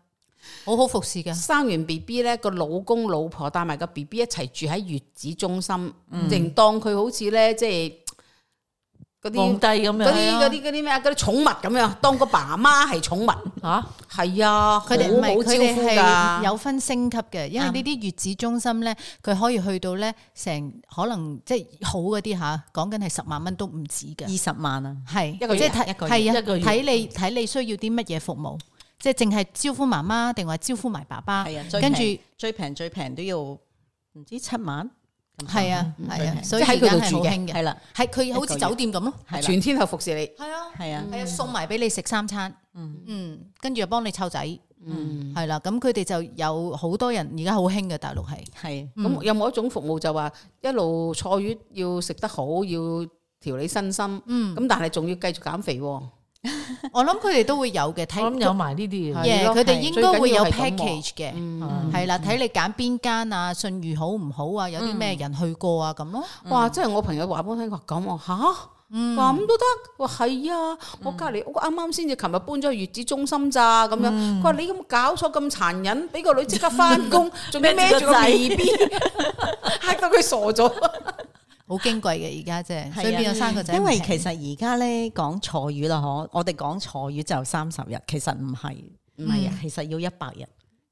Speaker 1: 好好服侍噶，
Speaker 2: 生完 B B 咧，個老公老婆帶埋個 B B 一齊住喺月子中心，仍當佢好似咧即係嗰啲
Speaker 3: 皇帝咁
Speaker 2: 嗰
Speaker 3: 樣
Speaker 2: 啲嗰啲嗰啲咩啊，嗰啲寵物咁樣，當個爸媽係寵物，
Speaker 3: 吓，
Speaker 2: 係啊，
Speaker 1: 佢哋唔係
Speaker 2: 好好
Speaker 1: 佢
Speaker 2: 招呼
Speaker 1: 哋係
Speaker 2: 㗎，
Speaker 1: 有分升級嘅，因為呢啲月子中心咧，佢可以去到咧成可能即係好嗰啲吓，講緊係十萬蚊都唔止嘅
Speaker 4: 二，十萬啊，
Speaker 1: 係
Speaker 2: 一個月
Speaker 1: 即係睇
Speaker 4: 一個月
Speaker 1: 係啊，
Speaker 3: 一個月
Speaker 1: 睇你睇你需要啲乜嘢服務，即係淨係招呼媽媽定話招呼埋爸爸，
Speaker 4: 係啊，最
Speaker 1: 跟住
Speaker 4: 平最平最平都要唔知七萬，
Speaker 1: 係啊係啊，所以
Speaker 2: 嗯即係喺佢度
Speaker 1: 而家係
Speaker 2: 住
Speaker 1: 好
Speaker 2: 嘅
Speaker 1: 興嘅
Speaker 4: 係，啦，
Speaker 1: 係佢好似酒店咁咯，
Speaker 4: 係啦，
Speaker 2: 全天候服侍你，
Speaker 1: 係啊
Speaker 4: 係啊，
Speaker 1: 係啊，送埋俾你食三餐，
Speaker 4: 嗯
Speaker 1: 嗯，跟住又幫你湊仔。
Speaker 2: 嗯，
Speaker 1: 係啦，咁佢哋就有好多人而家好興嘅，大陸係
Speaker 4: 係
Speaker 2: 咁有冇一種服務就話一路坐月要食得好，要調理身心，
Speaker 1: 嗯，
Speaker 2: 咁但係仲要繼續減肥喎，
Speaker 1: 我諗佢哋都會有嘅，睇
Speaker 3: 我諗有埋呢啲
Speaker 2: 係
Speaker 3: 嘢，
Speaker 1: 耶，
Speaker 2: 咯
Speaker 1: 佢哋
Speaker 2: 係
Speaker 1: 應
Speaker 2: 最緊
Speaker 1: 該
Speaker 2: 要
Speaker 1: 會有
Speaker 2: 係咁喎
Speaker 1: package 嘅，
Speaker 2: 嗯。
Speaker 1: 係啦，睇你揀邊間啊，信譽好唔好啊，有啲咩人去過啊咁咯，
Speaker 2: 哇！
Speaker 4: 嗯
Speaker 2: 真係我朋友話俾我聽，話咁我吓咁都得，我話係啊，
Speaker 4: 嗯
Speaker 2: 我隔離屋啱啱先至琴日搬咗去月子中心咋咁樣。
Speaker 4: 嗯
Speaker 2: 佢話你有冇搞錯咁殘忍，俾個女即刻翻 工，仲要孭住個 B B，嚇到佢傻 咗。
Speaker 1: 好矜貴嘅而家即係，
Speaker 4: 係啊
Speaker 1: 所以變咗生個仔唔
Speaker 4: 因
Speaker 1: 平。
Speaker 4: 為其實而家咧講坐月啦，嗬，我哋講坐月就三十日，其實唔係，唔係啊，其實要一百日。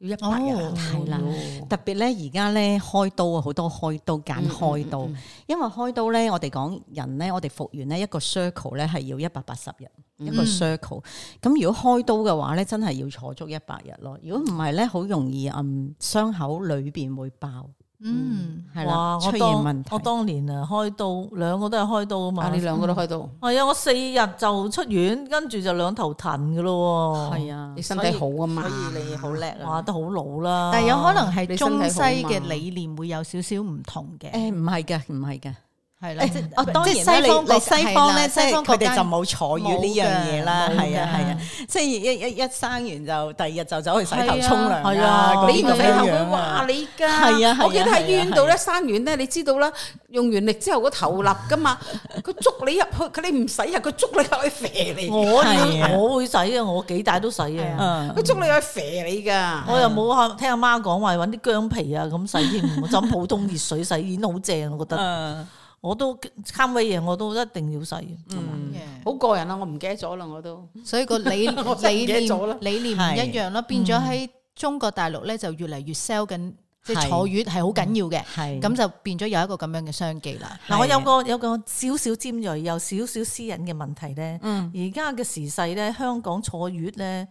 Speaker 2: 要一
Speaker 1: 百
Speaker 4: 哎
Speaker 1: 日啊
Speaker 4: 係啦特別咧，而家咧開刀啊，好多開刀
Speaker 1: 嗯
Speaker 4: 揀開刀，因為開刀咧，我哋講人咧，我哋復原咧一個 circle 咧係要一百八十日
Speaker 1: 嗯
Speaker 4: 一個 circle。咁如果開刀嘅話咧，真係要坐足一百日咯。如果唔係咧，好容易嗯傷口裏邊會爆，
Speaker 1: 嗯，
Speaker 4: 係
Speaker 3: 哇！
Speaker 4: 啦，
Speaker 3: 我
Speaker 4: 出現
Speaker 3: 當
Speaker 4: 問
Speaker 3: 我
Speaker 4: 題。
Speaker 3: 當年啊開刀，兩個都係開刀啊
Speaker 2: 啊！
Speaker 3: 嘛
Speaker 2: 你。兩個都開到，
Speaker 3: 係啊，我四日就出院，跟住就兩頭騰噶咯喎。
Speaker 4: 係啊
Speaker 2: 你，身體好啊嘛
Speaker 4: 所。以你好叻
Speaker 3: 哇，
Speaker 4: 啊！
Speaker 3: 都好老啦。
Speaker 1: 但係有可能
Speaker 2: 你
Speaker 1: 係
Speaker 2: 身體好
Speaker 1: 中
Speaker 2: 嘛
Speaker 1: 西嘅理念會有少少唔同嘅，
Speaker 4: 誒唔係嘅，唔係嘅。
Speaker 1: 係啦，即
Speaker 4: 誒
Speaker 1: 係
Speaker 4: 哦，當然
Speaker 1: 即
Speaker 4: 啦
Speaker 1: 係西方
Speaker 4: 你
Speaker 1: 國
Speaker 4: 你西方
Speaker 1: 係啦
Speaker 4: 咧，即係
Speaker 1: 西方
Speaker 4: 佢
Speaker 1: 國
Speaker 4: 哋就
Speaker 1: 家
Speaker 4: 冇坐月呢樣嘢啦，
Speaker 1: 冇㗎
Speaker 4: 係啊係啊，即係一一一生完就第二日就走去洗頭沖涼
Speaker 3: 係啊
Speaker 4: 嗰啲
Speaker 2: 你唔使
Speaker 4: 咁
Speaker 2: 後
Speaker 4: 樣
Speaker 2: 會
Speaker 4: 啊
Speaker 2: 話你㗎，
Speaker 4: 係啊係啊
Speaker 2: 我記得喺醫院度
Speaker 4: 係
Speaker 2: 咧，生完咧，你知道啦，用完力之後個頭立㗎嘛，佢捉你入去，佢你唔使啊，佢捉你入去肥你，
Speaker 3: 我
Speaker 4: 係啊
Speaker 3: 要我會使啊，我幾大都使啊。
Speaker 4: 嗯
Speaker 2: 佢捉你入去肥啊你㗎。
Speaker 3: 我又冇聽阿媽講話揾啲姜皮啊咁洗 添，我就咁普通熱水洗已經好正，我覺得。
Speaker 4: 嗯
Speaker 3: 我都貪威嘢，我都一定要洗。
Speaker 4: 嗯
Speaker 1: 嘅
Speaker 2: 好過癮啊啦，我唔記得咗啦，我都
Speaker 1: 所 以個理
Speaker 2: 我真係
Speaker 1: 理
Speaker 2: 唔記得咗啦嗯
Speaker 1: 念理念唔一樣咯，變咗喺中國大陸咧就越嚟越 sell 緊，即係
Speaker 4: 係
Speaker 1: 坐月係好緊要嘅，
Speaker 2: 嗯
Speaker 4: 係
Speaker 1: 咁就變咗有一個咁樣嘅商機啦。
Speaker 3: 嗱，我有個有個少少尖鋭，有少少私隱嘅問題咧。
Speaker 4: 嗯
Speaker 3: 而家嘅時勢咧，香港坐月咧，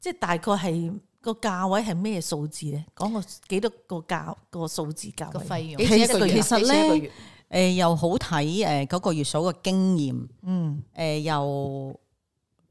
Speaker 3: 即係大概係個價位係咩數字咧？講個幾多個價個數字
Speaker 2: 嗯
Speaker 3: 價
Speaker 1: 個
Speaker 3: 位？
Speaker 1: 費用
Speaker 2: 幾錢一個月啊？
Speaker 4: 其實
Speaker 2: 幾錢一個月，
Speaker 4: 誒又好睇誒嗰個月嫂嘅經驗，
Speaker 3: 嗯，
Speaker 4: 誒又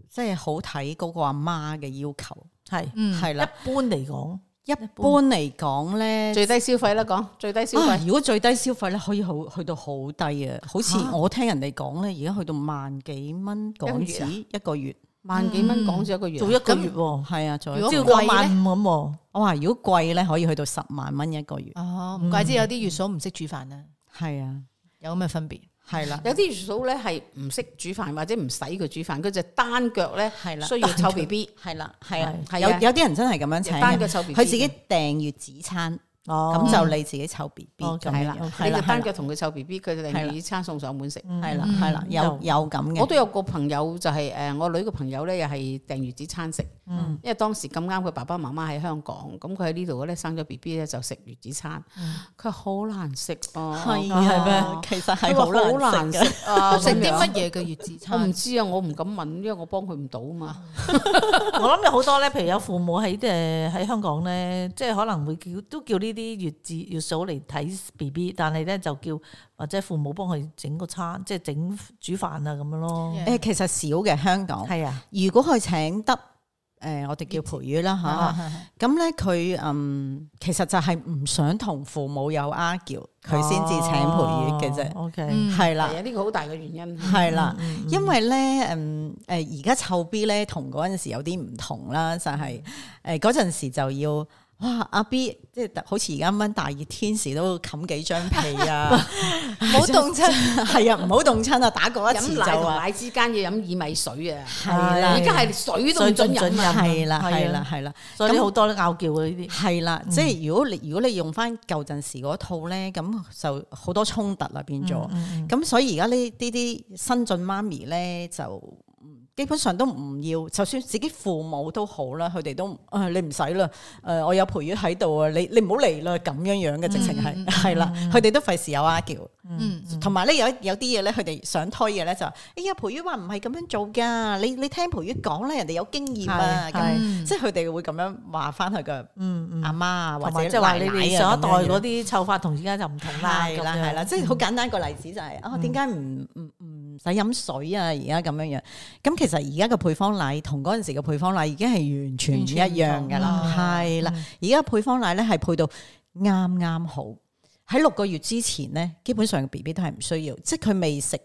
Speaker 4: 即係好睇嗰個阿媽嘅要求，
Speaker 3: 係一
Speaker 1: 嗯
Speaker 4: 係啦。
Speaker 3: 般嚟講，
Speaker 4: 一般嚟講咧，
Speaker 2: 最低消費啦，講最低消
Speaker 4: 啊
Speaker 2: 費，
Speaker 4: 如果最低消費咧，可以好去到好低啊！好似
Speaker 2: 嚇
Speaker 4: 我聽人哋講咧，而家去到萬幾蚊港紙一個月，
Speaker 2: 萬幾蚊港紙一個月啊，
Speaker 3: 嗯做一個月喎，
Speaker 4: 係啊，仲
Speaker 1: 如
Speaker 4: 有
Speaker 1: 果
Speaker 3: 超
Speaker 1: 唔貴呢
Speaker 3: 過萬五咁喎。
Speaker 4: 我話如果貴咧，可以去到十萬蚊一個月，
Speaker 1: 哦，
Speaker 2: 嗯
Speaker 1: 唔怪之有啲月嫂唔識煮飯啦，
Speaker 4: 係啊，
Speaker 1: 有咁嘅分別。
Speaker 4: 係啦，
Speaker 2: 有啲月嫂咧係唔識煮飯或者唔使佢煮飯，佢就單腳咧
Speaker 4: 係啦
Speaker 2: 需要湊 B B，
Speaker 4: 係啦，係啊，
Speaker 2: 係
Speaker 4: 有
Speaker 2: 啊
Speaker 4: 有啲人真係咁樣請
Speaker 2: 單腳
Speaker 4: 嘅，
Speaker 2: 湊 B B，
Speaker 4: 佢自己訂閱子餐，
Speaker 3: 哦，
Speaker 4: 咁就你自己湊 B B
Speaker 3: 哦
Speaker 4: 咁
Speaker 2: 係
Speaker 4: 樣
Speaker 2: 啦
Speaker 4: 樣，，
Speaker 2: 你
Speaker 4: 係
Speaker 2: 就
Speaker 4: 啦，
Speaker 2: 單
Speaker 4: 係
Speaker 2: 腳
Speaker 4: 啦，
Speaker 2: 同佢湊 B B，佢就
Speaker 4: 係啦
Speaker 2: 訂午餐送上門食。
Speaker 3: 嗯
Speaker 4: 係啦，
Speaker 1: 嗯
Speaker 4: 係啦，有
Speaker 3: 有
Speaker 4: 有咁嘅，
Speaker 2: 我都有個朋友就係誒，我女個朋友咧又係訂月子餐食，因為當時咁啱佢爸爸媽媽喺香港，咁佢喺呢度咧生咗 B B 咧就食月子餐，佢好難食啊，
Speaker 4: 哦係
Speaker 3: 啊係
Speaker 4: 啊，其實係
Speaker 2: 佢話
Speaker 4: 好
Speaker 2: 好
Speaker 4: 難
Speaker 2: 難
Speaker 4: 食嘅，
Speaker 2: 食啊，
Speaker 1: 食啲
Speaker 2: 咁樣
Speaker 1: 乜嘢嘅月子
Speaker 2: 我唔
Speaker 1: 餐？
Speaker 2: 知啊，我唔敢問，因為我幫佢唔到啊嘛。
Speaker 3: 我諗有好多咧，譬如有父母喺誒喺香港咧，即係可能會叫都叫呢啲月子月嫂嚟睇 B B，但係咧就叫或者父母幫佢整個餐，即係整煮飯啊咁樣咯。
Speaker 1: Yeah
Speaker 4: 誒，其實少嘅香港。
Speaker 3: 係啊，
Speaker 4: 如果佢請得诶、我哋叫陪魚啦吓。
Speaker 3: 啊
Speaker 4: 咁咧佢嗯，其實就係唔想同父母有 argue，佢先至請陪月嘅啫，
Speaker 3: O K，
Speaker 1: 嗯
Speaker 4: 係啦
Speaker 2: 係啊，呢個好大嘅原因。
Speaker 4: 係啦，
Speaker 2: 嗯
Speaker 4: 因為咧嗯诶而家湊 B 咧同嗰陣時有啲唔同啦，就係
Speaker 2: 嗯
Speaker 4: 诶嗰陣時就要。哇！阿 B 即係好似而家咁樣大熱天時都冚幾張被啊，
Speaker 1: 冇凍親，
Speaker 4: 係啊，唔好凍親啊，打過一
Speaker 2: 飲
Speaker 4: 次就
Speaker 2: 奶同
Speaker 4: 啊，
Speaker 2: 奶之間要飲薏米水啊！
Speaker 4: 係啦
Speaker 2: 而家係水都唔准
Speaker 3: 水都唔
Speaker 2: 飲
Speaker 3: 準飲
Speaker 2: 啊！
Speaker 4: 係啦，
Speaker 3: 係啊
Speaker 4: 係啦，係啦。
Speaker 3: 所以好多都拗撬嘅呢啲。
Speaker 4: 係啦，
Speaker 3: 嗯
Speaker 4: 即係如果你如果你用翻舊陣時嗰套咧，咁就好多衝突啦變咗。
Speaker 3: 嗯
Speaker 4: 咁、所以而家呢呢啲新晉媽咪咧，就嗯基本上都唔要，就算自己父母都好啦，佢哋都誒、啊你唔使啦，誒、呃我有陪月喺度啊，你你唔好嚟啦，咁樣樣嘅直情
Speaker 3: 嗯
Speaker 4: 係係啦，佢哋都費事有阿叫。
Speaker 1: 嗯，
Speaker 4: 同埋咧有一有啲嘢咧，佢哋想推嘅咧就話：哎呀，培於話唔係咁樣做㗎，你你聽培於講咧，人哋有經驗啊，
Speaker 3: 係
Speaker 4: 咁
Speaker 3: 係
Speaker 1: 嗯
Speaker 4: 即係佢哋會咁樣話翻佢嘅阿媽啊，或
Speaker 3: 同埋
Speaker 4: 者
Speaker 3: 即係話你哋上一代嗰
Speaker 4: 啲
Speaker 3: 啲湊法同而家就唔同啦，
Speaker 4: 係啦嗯係啦，即係好簡單一個例子就係啊，點解唔唔唔使飲水啊？而家咁樣樣，咁其實而家嘅配方奶同嗰陣時嘅配方奶已經係完全唔嗯一樣㗎啦，係啦，而家配方奶咧係配到啱啱好。喺六個月之前咧，基本上 B B 都係唔需要，即係佢未食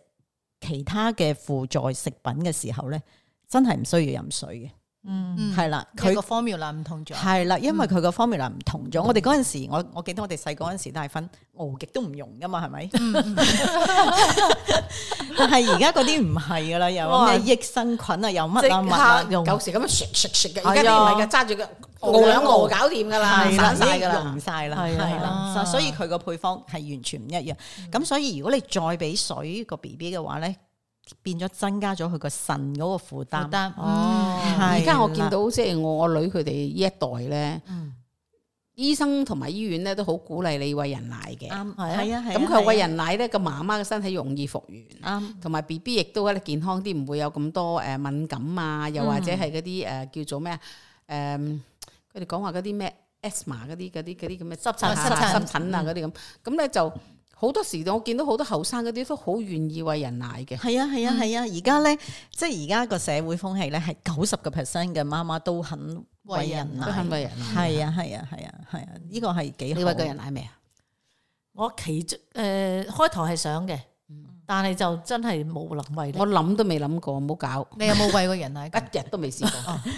Speaker 4: 其他嘅輔助食品嘅時候咧，真係唔需要飲水嘅，
Speaker 1: 嗯
Speaker 4: 係啦、
Speaker 1: 佢
Speaker 4: 佢
Speaker 1: 個 formula 唔同咗，
Speaker 4: 係啦，因為佢個 formula 唔同咗。我哋嗰陣時，我我記得我哋細個嗰陣時都係分熬極都唔溶噶嘛，係咪？ 但係而家嗰啲唔係噶啦，有
Speaker 3: 哇
Speaker 4: 咩益生菌啊，有
Speaker 3: 即
Speaker 4: 乜啊物
Speaker 3: 刻
Speaker 4: 啊，
Speaker 3: 用
Speaker 2: 舊時咁樣食食食嘅，
Speaker 3: 係啊
Speaker 2: 而家啲唔係㗎，揸住個熬兩熬搞掂㗎啦，
Speaker 4: 係啦，
Speaker 2: 散晒
Speaker 4: 已
Speaker 2: 㗎
Speaker 4: 經
Speaker 2: 啦
Speaker 4: 溶。晒啦，
Speaker 3: 係
Speaker 4: 係
Speaker 3: 啊
Speaker 4: 啦，嗯
Speaker 1: 啊
Speaker 4: 所所以佢個配方係完全唔一樣。咁所以如果你再俾水個 B B 嘅話咧，變咗增加咗佢個腎嗰個負
Speaker 1: 負
Speaker 4: 擔。
Speaker 1: 擔
Speaker 3: 哦
Speaker 4: 係啦
Speaker 2: 而家我見到即係我女佢哋呢一代咧，
Speaker 4: 嗯
Speaker 2: 醫生同埋醫院咧都好鼓勵你喂人奶嘅。
Speaker 4: 啱，
Speaker 3: 係啊
Speaker 4: 係啊，係啊
Speaker 2: 咁佢喂
Speaker 4: 係啊
Speaker 2: 人奶咧，個媽媽嘅身體容易復原。
Speaker 4: 啱，
Speaker 2: 同埋 B B 亦都咧健康啲，唔會有咁多誒敏感啊，又或者係嗰啲
Speaker 4: 嗯
Speaker 2: 誒叫做咩啊誒，佢哋講話嗰啲咩呃 asthma 嗰啲嗰啲嗰啲咁嘅濕
Speaker 4: 哦
Speaker 1: 疹
Speaker 2: 濕
Speaker 1: 濕疹
Speaker 2: 疹濕疹啊嗰
Speaker 4: 嗯
Speaker 2: 啲咁，咁咧就好多時我見到好多後生嗰啲都好願意喂人奶嘅，
Speaker 4: 係啊，係啊，係啊！而家咧，即係而家個社會風氣咧，係九十個 percent 嘅媽媽都肯喂人
Speaker 2: 都肯
Speaker 4: 奶。
Speaker 2: 喂人奶。
Speaker 4: 係啊，係啊，係啊，係啊！呢個係幾好。
Speaker 2: 你喂過人奶未啊？
Speaker 3: 我其中誒開頭係想嘅，
Speaker 4: 嗯
Speaker 3: 但係就真係冇能為力
Speaker 2: 我。諗都未諗過，唔好搞，
Speaker 1: 你有冇喂過人奶？啊
Speaker 2: 一日都未試
Speaker 4: 啊
Speaker 2: 過。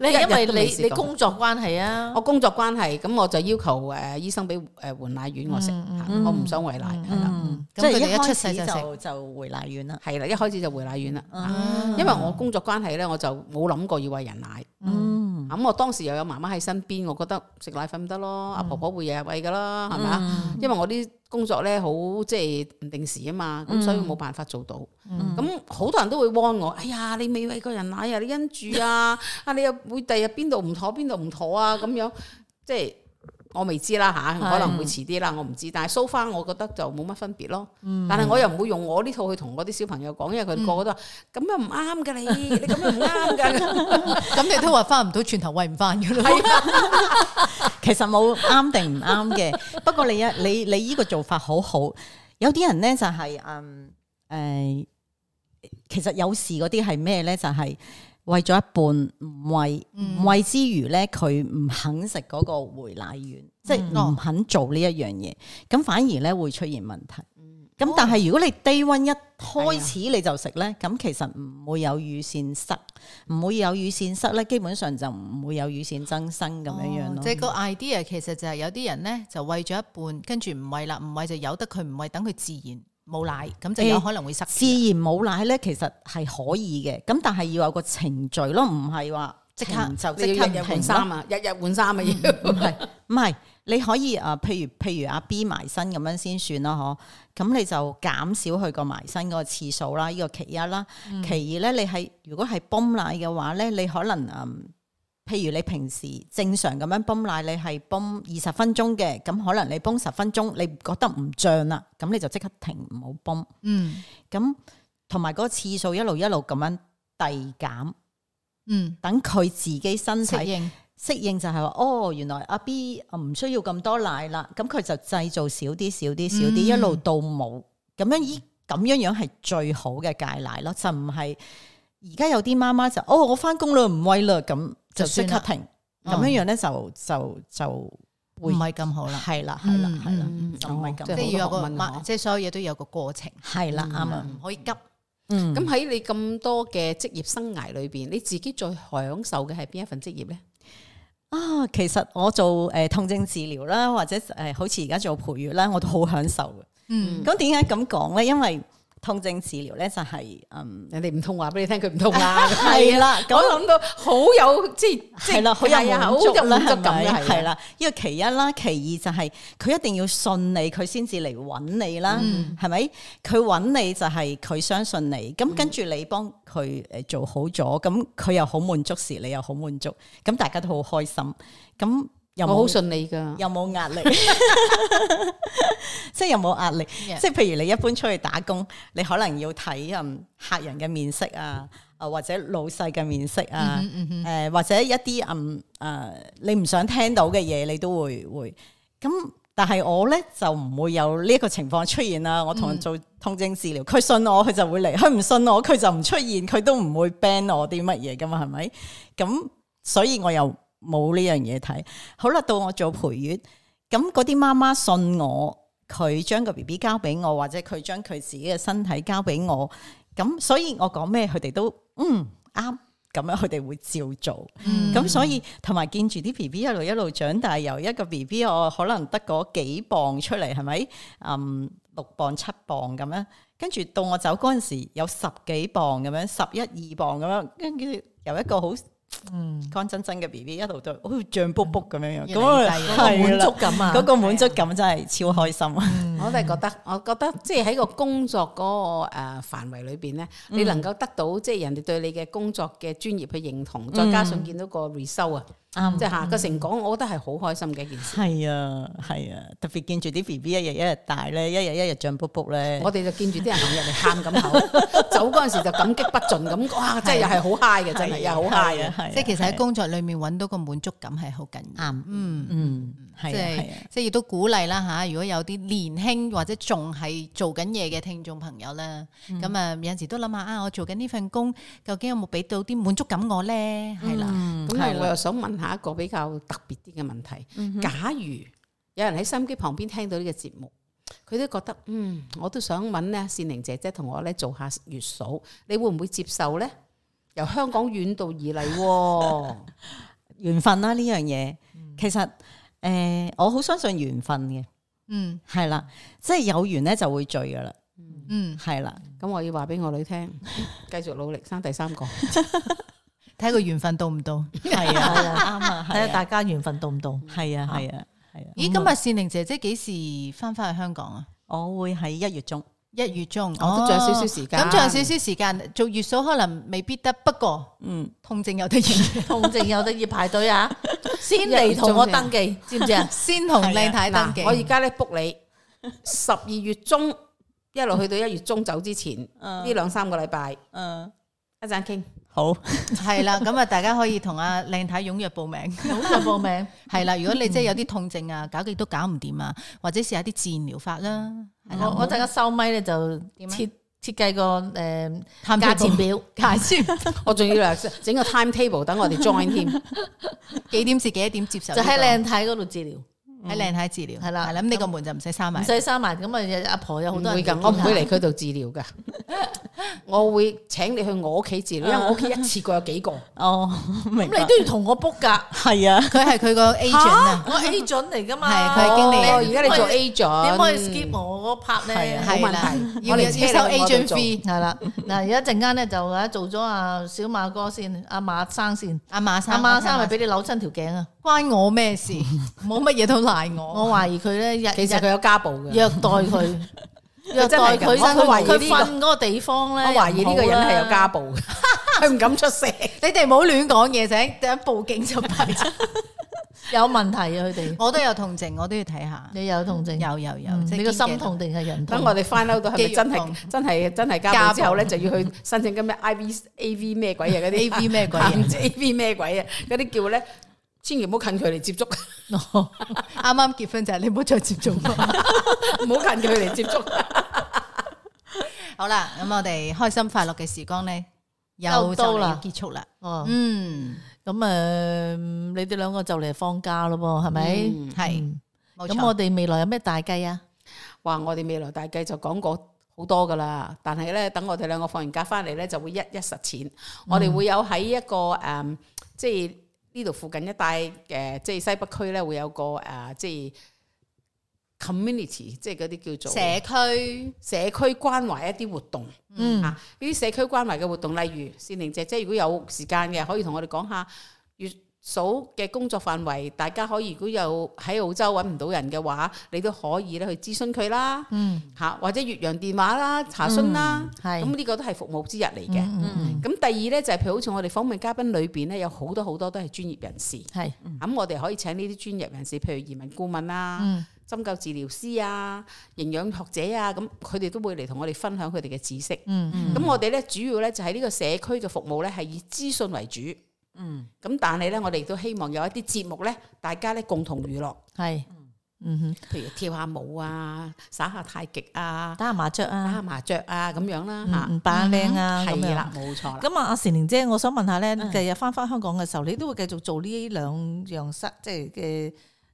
Speaker 3: 你因為
Speaker 2: 一日都未
Speaker 3: 你
Speaker 2: 試
Speaker 3: 你
Speaker 2: 過
Speaker 3: 工作關係啊
Speaker 4: 哦
Speaker 2: 我，工作關係，咁我就要求誒醫生俾誒換奶丸我食，嚇我唔想喂奶，係啦，
Speaker 4: 嗯，
Speaker 1: 咁
Speaker 4: 即係
Speaker 1: 佢哋一
Speaker 4: 一
Speaker 1: 出
Speaker 4: 出
Speaker 1: 世
Speaker 4: 世
Speaker 1: 就食
Speaker 4: 就就回奶丸啦。
Speaker 2: 係啦，一開始就回奶丸啦。
Speaker 4: 啊
Speaker 2: 嚇
Speaker 1: 嗯
Speaker 2: 因為我工作關係咧，我就冇諗過要喂人奶。
Speaker 4: 嗯，
Speaker 2: 咁我當時又有媽媽喺身邊，我覺得食奶粉唔得咯，阿婆婆會日日喂噶啦，
Speaker 4: 嗯
Speaker 2: 係咪啊？因為我啲工作咧好即係唔定時啊嘛，咁所
Speaker 4: 嗯
Speaker 2: 以冇辦法做到。咁好多人都會 warn 我，哎呀，你未喂過人奶啊，你因住 啊，啊你又會第日邊度唔妥邊度唔妥啊咁樣，即係。我未知啦吓，
Speaker 3: 係
Speaker 2: 可能會遲啲啦，我唔知。但係 so far，我覺得就冇乜分別咯。
Speaker 4: 嗯
Speaker 2: 但係我又唔會用我呢套去同我啲小朋友講，因為佢哋個個都話咁樣唔啱㗎你， 你咁樣唔啱㗎。
Speaker 1: 咁你都話翻唔到轉頭喂唔翻嘅咯，
Speaker 4: 其實冇啱定唔啱 嘅，不過你一你你依個做法好好。有啲人咧就係、嗯誒、其實有時嗰啲係咩咧？就係、喂咗一半唔喂，
Speaker 1: 嗯
Speaker 4: 唔喂之餘咧，佢唔肯食嗰個回奶丸，即
Speaker 1: 嗯哦
Speaker 4: 係唔肯做呢一樣嘢，咁反而咧會出現問題。
Speaker 1: 嗯哦
Speaker 4: 咁但係如果你低温
Speaker 1: 啊
Speaker 4: 一開始你就食咧，咁其實唔會有乳腺塞，唔會有乳腺塞咧，基本上就唔會有乳腺增生咁樣樣咯。
Speaker 1: 哦即係個 idea 其實就係有啲人咧就喂咗一半，跟住唔喂啦，唔喂就由得佢唔喂，等佢自然冇奶，咁就有可能會塞。
Speaker 4: 自然冇奶咧，其實係可以嘅，咁但係要有個程序咯，唔係話即刻
Speaker 1: 停
Speaker 4: 就
Speaker 2: 你
Speaker 4: 即刻
Speaker 2: 要日日換
Speaker 4: 停
Speaker 2: 衫
Speaker 4: 咯，嗯
Speaker 2: 啊，日日換衫啊要。
Speaker 4: 唔係唔係，你可以啊，譬如譬如阿 B 埋身咁樣先算啦，嗬，咁你就減少佢個埋身嗰個次數啦，呢、個其一啦，
Speaker 2: 嗯
Speaker 4: 其二咧，你係如果係泵奶嘅話咧，你可能嗯。譬如你平時正常咁樣泵奶，你係泵二十分鐘嘅，咁可能你泵十分鐘，你覺得唔脹啦，咁你就即刻停，唔好泵。
Speaker 1: 嗯
Speaker 4: 咁同埋嗰個次數一路一路咁樣遞減，
Speaker 1: 嗯，
Speaker 4: 等佢自己身
Speaker 1: 適
Speaker 4: 體
Speaker 1: 應
Speaker 4: 適應就係話，哦，原來阿 B 哦唔需要咁多奶啦，咁佢就製造少啲少啲少啲，
Speaker 1: 嗯
Speaker 4: 一路到冇，咁樣依咁樣樣係最好嘅戒奶咯，就唔係。而家有啲媽媽就哦，我翻工啦，唔喂啦，咁就
Speaker 1: 就
Speaker 4: 即
Speaker 1: 算
Speaker 4: 刻
Speaker 1: 啦
Speaker 4: 停，
Speaker 1: 嗯
Speaker 4: 咁樣樣咧就就就
Speaker 1: 唔
Speaker 4: 會
Speaker 1: 係咁好啦，
Speaker 4: 係啦係啦
Speaker 1: 嗯
Speaker 4: 係啦
Speaker 1: 嗯嗯，
Speaker 4: 就唔係
Speaker 2: 即
Speaker 1: 即
Speaker 2: 係
Speaker 4: 咁
Speaker 1: 係要有
Speaker 2: 好
Speaker 1: 個
Speaker 2: 多學問啊
Speaker 1: 慢，即係所有嘢都有個過程，
Speaker 4: 係啦啱啊，
Speaker 1: 唔可以急。
Speaker 4: 嗯
Speaker 2: 咁喺你咁多嘅職業生涯裏邊，你自己最享受嘅係邊一份職業咧？
Speaker 4: 啊，其實我做诶痛症治療啦，或者诶好似而家做培育啦，我都好享受嘅。
Speaker 1: 嗯，
Speaker 4: 咁點解咁講咧？因為痛症治療咧就係 嗯
Speaker 2: 人哋唔痛話俾你聽，佢唔痛啊 啦。
Speaker 4: 係啊啦，
Speaker 2: 我諗到好有即係即
Speaker 4: 係啦，好有
Speaker 2: 係啊
Speaker 4: 滿
Speaker 2: 好
Speaker 4: 足
Speaker 2: 有
Speaker 4: 啦，
Speaker 2: 滿足
Speaker 4: 係
Speaker 2: 感
Speaker 4: 咪
Speaker 2: 嘅係啊
Speaker 4: 係啦，呢個其一啦，其二就係佢一定要信你，佢先至嚟揾你啦，
Speaker 2: 嗯
Speaker 4: 係咪？佢揾你就係佢相信你，咁跟住你幫佢誒做好咗，咁佢又好滿足時，你又好滿足，咁大家都好開心，咁又
Speaker 2: 我好
Speaker 4: 冇
Speaker 2: 信你噶。
Speaker 4: 有冇壓力？啊 即係有冇壓力
Speaker 1: Yeah.
Speaker 4: 即係譬如你一般出去打工，你可能要睇嗯客人嘅面色啊，啊或者老細嘅面色啊，誒、或者一啲嗯誒、呃你唔想聽到嘅嘢，你都會會咁。但係我咧就唔會有呢一個情況出現啦。我同人做痛症治療，佢、信我佢就會嚟，佢唔信我佢就唔出現，佢都唔會 ban 我啲乜嘢噶嘛，係咪？咁所以我又冇呢樣嘢睇。好啦，到我做陪月，咁嗰啲媽媽信我，佢將個 B B 交俾我，或者佢將佢自己嘅身體交俾我，咁所以我講咩佢哋都嗯啱，咁樣佢哋會照做。
Speaker 1: 嗯
Speaker 4: 咁、所以同埋見住啲 B B 一路一路長大，由一個 B B 我可能得嗰幾磅出嚟，係咪？嗯，六磅七磅咁樣，跟住到我走嗰阵时有十幾磅咁樣，十一二磅咁樣，跟住由一個好
Speaker 3: 嗯，
Speaker 4: 乾真真嘅 B B 一路都好似脹卜卜咁樣樣，
Speaker 1: 越
Speaker 4: 咁
Speaker 1: 嚟越大
Speaker 4: 我
Speaker 3: 嗰個
Speaker 4: 係
Speaker 3: 滿足
Speaker 4: 啦，
Speaker 3: 感啊，
Speaker 4: 嗰個滿足感真係超開心。啊
Speaker 2: 我都係覺得，我覺得即係喺個工作嗰個誒範圍裏邊咧，你能夠得到即係人哋對你嘅工作嘅專業去認同，再加上見到個 result 啊，
Speaker 4: 啱
Speaker 2: 即係嚇個成果，我覺得係好開心嘅一件事。
Speaker 4: 係啊，係啊，特別見住啲 B B 一日一日大咧，一日一日脹卜卜咧，
Speaker 2: 我哋就見住啲人行入嚟喊咁口，走嗰陣時就感激不盡咁，哇！真係又係好 high 嘅，真係又好 high 嘅。
Speaker 4: 係啊
Speaker 1: 即係其實喺
Speaker 4: 係啊
Speaker 1: 工作裏面揾到個滿足感係好緊要。
Speaker 4: 啱
Speaker 1: 嗯。
Speaker 4: 嗯係
Speaker 1: 即
Speaker 4: 啊係
Speaker 1: 係
Speaker 4: 啊
Speaker 1: 即係亦都鼓勵啦吓，如果有啲年輕或者仲係做緊嘢嘅聽眾朋友咧，
Speaker 4: 嗯
Speaker 1: 咁啊、有陣時都諗下啊，我做緊呢份工究竟有冇俾到啲滿足感我咧？係啦，
Speaker 4: 嗯
Speaker 2: 咁
Speaker 4: 係
Speaker 2: 啊，我
Speaker 4: 啦，
Speaker 2: 又想問下一個比較特別啲嘅問題。嗯假如有人喺收音機旁邊聽到呢個節目，佢都覺得嗯，我都想揾咧善玲姐姐同我咧做下月嫂，你會唔會接受 咧？由香港遠道而嚟喎，
Speaker 4: 緣分啦呢樣嘢，其實誒我好相信緣分嘅，
Speaker 1: 嗯
Speaker 4: 係啦，即係有緣咧就會聚噶啦，
Speaker 1: 嗯，
Speaker 4: 係啦，
Speaker 2: 咁我要話俾我女聽，繼續努力生第 三個。
Speaker 1: 睇個緣分到唔到？
Speaker 4: 係啊， 啱啊，
Speaker 3: 睇
Speaker 4: 係
Speaker 3: 下
Speaker 4: 啊，
Speaker 3: 大家緣分到唔到。
Speaker 4: 係啊，係啊，係啊，
Speaker 1: 咦，今日善玲姐姐幾時翻返去香港啊？
Speaker 4: 我會喺一月中。
Speaker 1: 一月中，
Speaker 2: 我都仲有少少時間
Speaker 1: 哦咁仲有少少時間做月嫂可能未必得，不過
Speaker 4: 嗯，
Speaker 1: 痛症有得影響，
Speaker 3: 痛症有得要排隊啊， 先嚟同我登記，知唔知啊？
Speaker 1: 先同靚太登記
Speaker 2: 啊嗱，我。而家咧 book 你十二月中一路去到一月中走之前，呢兩三個禮拜
Speaker 4: 嗯，
Speaker 2: 一陣傾。
Speaker 4: 好，
Speaker 1: 係啦，咁啊，大家可以同阿靚太踴躍報名。
Speaker 3: 好啊就報 名，
Speaker 1: 係啦，如果你真係有啲痛症啊，搞極都搞唔掂啊，或者試下啲自然療法啦。係啦
Speaker 3: 我我陣間收咪咧就
Speaker 1: 點啊
Speaker 3: 設設計個誒
Speaker 1: 探
Speaker 3: 價錢表，
Speaker 1: 價錢
Speaker 2: 我仲要嚟整個 timetable 等我哋 join 添。
Speaker 1: 幾點至幾點接受
Speaker 3: 就
Speaker 1: 呢個？
Speaker 3: 喺靚太嗰度治療，
Speaker 1: 喺靚太治療
Speaker 3: 係啦
Speaker 1: 係啦，咁呢個門就唔使閂
Speaker 3: 唔
Speaker 1: 埋。
Speaker 3: 使收埋。咁啊，阿婆有好
Speaker 2: 唔
Speaker 3: 多
Speaker 2: 會
Speaker 3: 人
Speaker 2: 㗎，我唔會嚟佢度治 療㗎。我會請你去我屋企治療，因為我屋企一次過有幾 個。
Speaker 4: 哦，明
Speaker 3: 咁
Speaker 4: 白
Speaker 3: 啊你。都要同我 book 㗎。
Speaker 4: 系啊，
Speaker 1: 佢係佢個 agent
Speaker 3: 嚇
Speaker 1: 啊，
Speaker 3: 我 agent 嚟 噶嘛，
Speaker 1: 係佢係經理人
Speaker 2: 哦而家你做
Speaker 3: 點
Speaker 2: agent，嗯
Speaker 3: 可以 skip 我嗰 part 咧？
Speaker 2: 係啊
Speaker 1: 係啦
Speaker 2: 冇問，題
Speaker 1: 要
Speaker 2: 我哋
Speaker 1: 要
Speaker 2: 車你
Speaker 1: 收
Speaker 2: 去我度
Speaker 1: agent
Speaker 2: 做
Speaker 1: fee。
Speaker 3: 係啦，嗱，而家陣間咧就啊做咗阿小馬哥先，阿馬生先，
Speaker 1: 阿馬生，
Speaker 3: 阿馬生
Speaker 1: 我
Speaker 3: 咪
Speaker 1: 聽
Speaker 3: 俾你扭親條頸啊！
Speaker 1: 關我咩事？ 冇乜嘢都賴
Speaker 3: 我
Speaker 1: 我。
Speaker 3: 懷疑佢咧日
Speaker 2: 其實
Speaker 3: 日
Speaker 2: 佢有家暴嘅。
Speaker 3: 虐待佢，虐
Speaker 2: 佢真
Speaker 3: 待
Speaker 2: 係咁
Speaker 3: 佢，
Speaker 2: 我懷
Speaker 3: 佢
Speaker 2: 疑呢
Speaker 3: 佢
Speaker 2: 個
Speaker 3: 瞓嗰個地方
Speaker 2: 我
Speaker 3: 咧，
Speaker 2: 懷疑呢個人係有家
Speaker 3: 加，
Speaker 2: 暴嘅，
Speaker 3: 啊
Speaker 2: 佢唔敢出聲。
Speaker 1: 你哋唔好亂講嘢，就一報警 就弊。
Speaker 3: 有問題啊！佢哋
Speaker 1: 我都有痛症，我都要睇下。
Speaker 2: Dạ.
Speaker 3: 你有痛症，
Speaker 1: 有有
Speaker 2: Ừ,
Speaker 1: 有，
Speaker 3: 嗯
Speaker 1: 即係
Speaker 3: 你個
Speaker 1: 堅
Speaker 3: 心
Speaker 1: 嘅
Speaker 3: 痛定係人
Speaker 2: 等
Speaker 3: 痛？
Speaker 2: 我哋 find out 到係咪
Speaker 1: 肌肉
Speaker 2: 真
Speaker 1: 痛
Speaker 2: 係真係真係家暴之後咧，
Speaker 1: 家
Speaker 2: 就要去申請咁咩 I V A V 咩鬼嘢啊嗰 啲
Speaker 1: AV 咩鬼
Speaker 3: 啊
Speaker 1: 嘢
Speaker 2: 唔知 A V 咩鬼嘢嗰啲叫咧，千祈唔好近距離接觸，唔 À,
Speaker 1: 啱啱結婚就係你唔好再接 觸我。
Speaker 2: 好近距離接觸。
Speaker 1: 好啦，咁我哋開心快樂嘅時光呢，又就
Speaker 3: 到
Speaker 1: 嚟要
Speaker 3: 啦
Speaker 1: 結束啦。
Speaker 3: 哦，
Speaker 2: Ừ.
Speaker 1: 嗯，
Speaker 3: 咁诶，你哋兩個就嚟放假咯噃，係咪？
Speaker 2: 嗯
Speaker 1: 係
Speaker 3: 嗯
Speaker 1: 冇
Speaker 3: 咁
Speaker 1: 錯
Speaker 3: 我哋未來有咩大計啊？
Speaker 2: 哇！我哋未來大計就講過好多噶啦，但係咧，等我哋兩個放完假翻嚟咧，就會一一實踐。我哋會有喺一個誒、嗯即係呢度附近一帶嘅、即係西北區咧，會有個誒、呃即係 community，即係嗰啲叫做
Speaker 1: 社區
Speaker 2: 社區關懷一啲活動，嗯啊，呢啲社區關懷嘅活動，例如善玲姐姐，如果有時間嘅，可以同我哋講下月嫂嘅工作範圍，大家可以如果有喺澳洲揾唔到人嘅話，你都可以咧去諮詢佢啦，
Speaker 3: 嗯，
Speaker 2: 嚇、或者越洋電話啦、查詢啦，
Speaker 3: 係
Speaker 2: 咁呢、個都係服務之一嚟嘅。
Speaker 3: 嗯嗯
Speaker 2: 咁第二咧就係、譬如好似我哋訪問嘉賓裏邊咧，有好多好多都係專業人士，咁、
Speaker 3: 係
Speaker 2: 我哋可以請呢啲專業人士，譬如移民顧問啦。
Speaker 3: 嗯
Speaker 2: 針灸治療師啊、營養學者啊，咁佢哋都會嚟同我哋分享佢哋嘅知識。咁、
Speaker 3: 嗯嗯
Speaker 2: 我哋咧主要咧就係呢個社區嘅服務咧係以資訊為主。嗯，咁但係咧，我哋亦都希望有一啲節目咧，大家咧共同娛樂，
Speaker 3: 係嗯哼，
Speaker 2: 譬如跳下舞啊、耍下太極啊、
Speaker 3: 打下麻雀
Speaker 2: 打下
Speaker 3: 啊，
Speaker 2: 麻雀啊咁樣啦
Speaker 3: 嗯
Speaker 2: 嚇。
Speaker 3: 嗯扮靚啊，咁
Speaker 2: 係
Speaker 3: 樣
Speaker 2: 啦，冇錯啦。
Speaker 3: 咁啊，阿善玲姐，我想問下咧，
Speaker 2: 嗯
Speaker 3: 繼日翻翻香港嘅時候，你都會繼續做呢兩樣室，即係嘅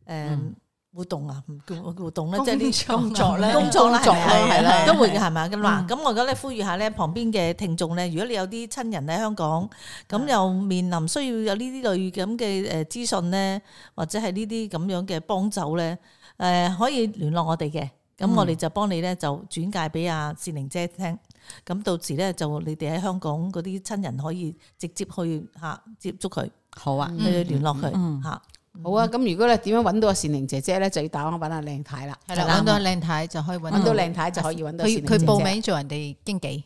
Speaker 3: 诶
Speaker 2: 嗯
Speaker 3: 活動啊，唔叫活動咧，即係呢
Speaker 1: 工作啦
Speaker 3: 工作啦，
Speaker 4: 工作啦
Speaker 3: 係咪啊
Speaker 4: 係啦
Speaker 3: 都會嘅係咪？咁嗱，咁我而家咧呼籲下咧，旁邊嘅聽眾咧，如果你有啲親人喺香港，咁又面臨需要有呢啲類咁嘅诶資訊咧，或者係呢啲咁樣嘅幫手咧，诶可以聯絡我哋嘅。咁我哋就幫你咧就轉介俾阿善玲姐聽。咁到時咧就你哋喺香港嗰啲親人可以直接去嚇接觸佢，
Speaker 4: 好啊，
Speaker 3: 去聯絡佢嚇。
Speaker 2: 好啊，咁如果咧點樣揾到阿善玲姐姐咧，就要打我揾阿靚太啦。
Speaker 1: 係
Speaker 3: 係
Speaker 1: 啦，
Speaker 3: 啦
Speaker 1: 揾到靚太就可以揾
Speaker 2: 揾到靚太就可以揾
Speaker 1: 佢
Speaker 2: 到善玲姐
Speaker 1: 佢
Speaker 2: 姐。
Speaker 1: 報名做人哋經紀，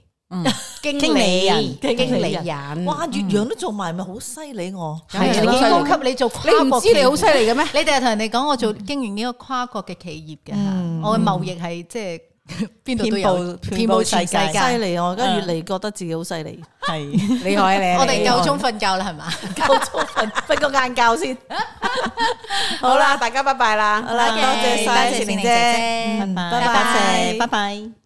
Speaker 2: 經
Speaker 4: 經理人
Speaker 2: 經
Speaker 3: 經
Speaker 2: 理
Speaker 3: 理
Speaker 2: 人。
Speaker 3: 哇！越洋都做埋，咪好犀利我。
Speaker 1: 有人
Speaker 2: 係
Speaker 1: 哋
Speaker 2: 啦
Speaker 1: 幾高級，你做跨
Speaker 2: 你唔
Speaker 1: 國
Speaker 2: 知你好
Speaker 1: 企業
Speaker 2: 犀利嘅咩？
Speaker 1: 你哋係同人哋講，我做
Speaker 3: 嗯
Speaker 1: 經營呢個跨國嘅企業嘅嚇，我嘅貿易係即係邊度都有，
Speaker 4: 遍佈
Speaker 1: 佈
Speaker 4: 世界
Speaker 1: 界
Speaker 3: 犀利我而家越嚟覺得自己好犀利，
Speaker 4: 系
Speaker 2: 你可以 你
Speaker 1: 我哋夠
Speaker 2: 鐘。
Speaker 1: 鐘瞓覺啦，係嘛？
Speaker 3: 夠充分瞓個晏覺先。
Speaker 2: 好啦，大家拜拜啦。
Speaker 3: 好啦，多謝晒
Speaker 1: 多謝善
Speaker 3: 善玲
Speaker 1: 玲姐
Speaker 3: 姐
Speaker 1: 姐，
Speaker 3: 嗯
Speaker 4: 拜拜，拜拜。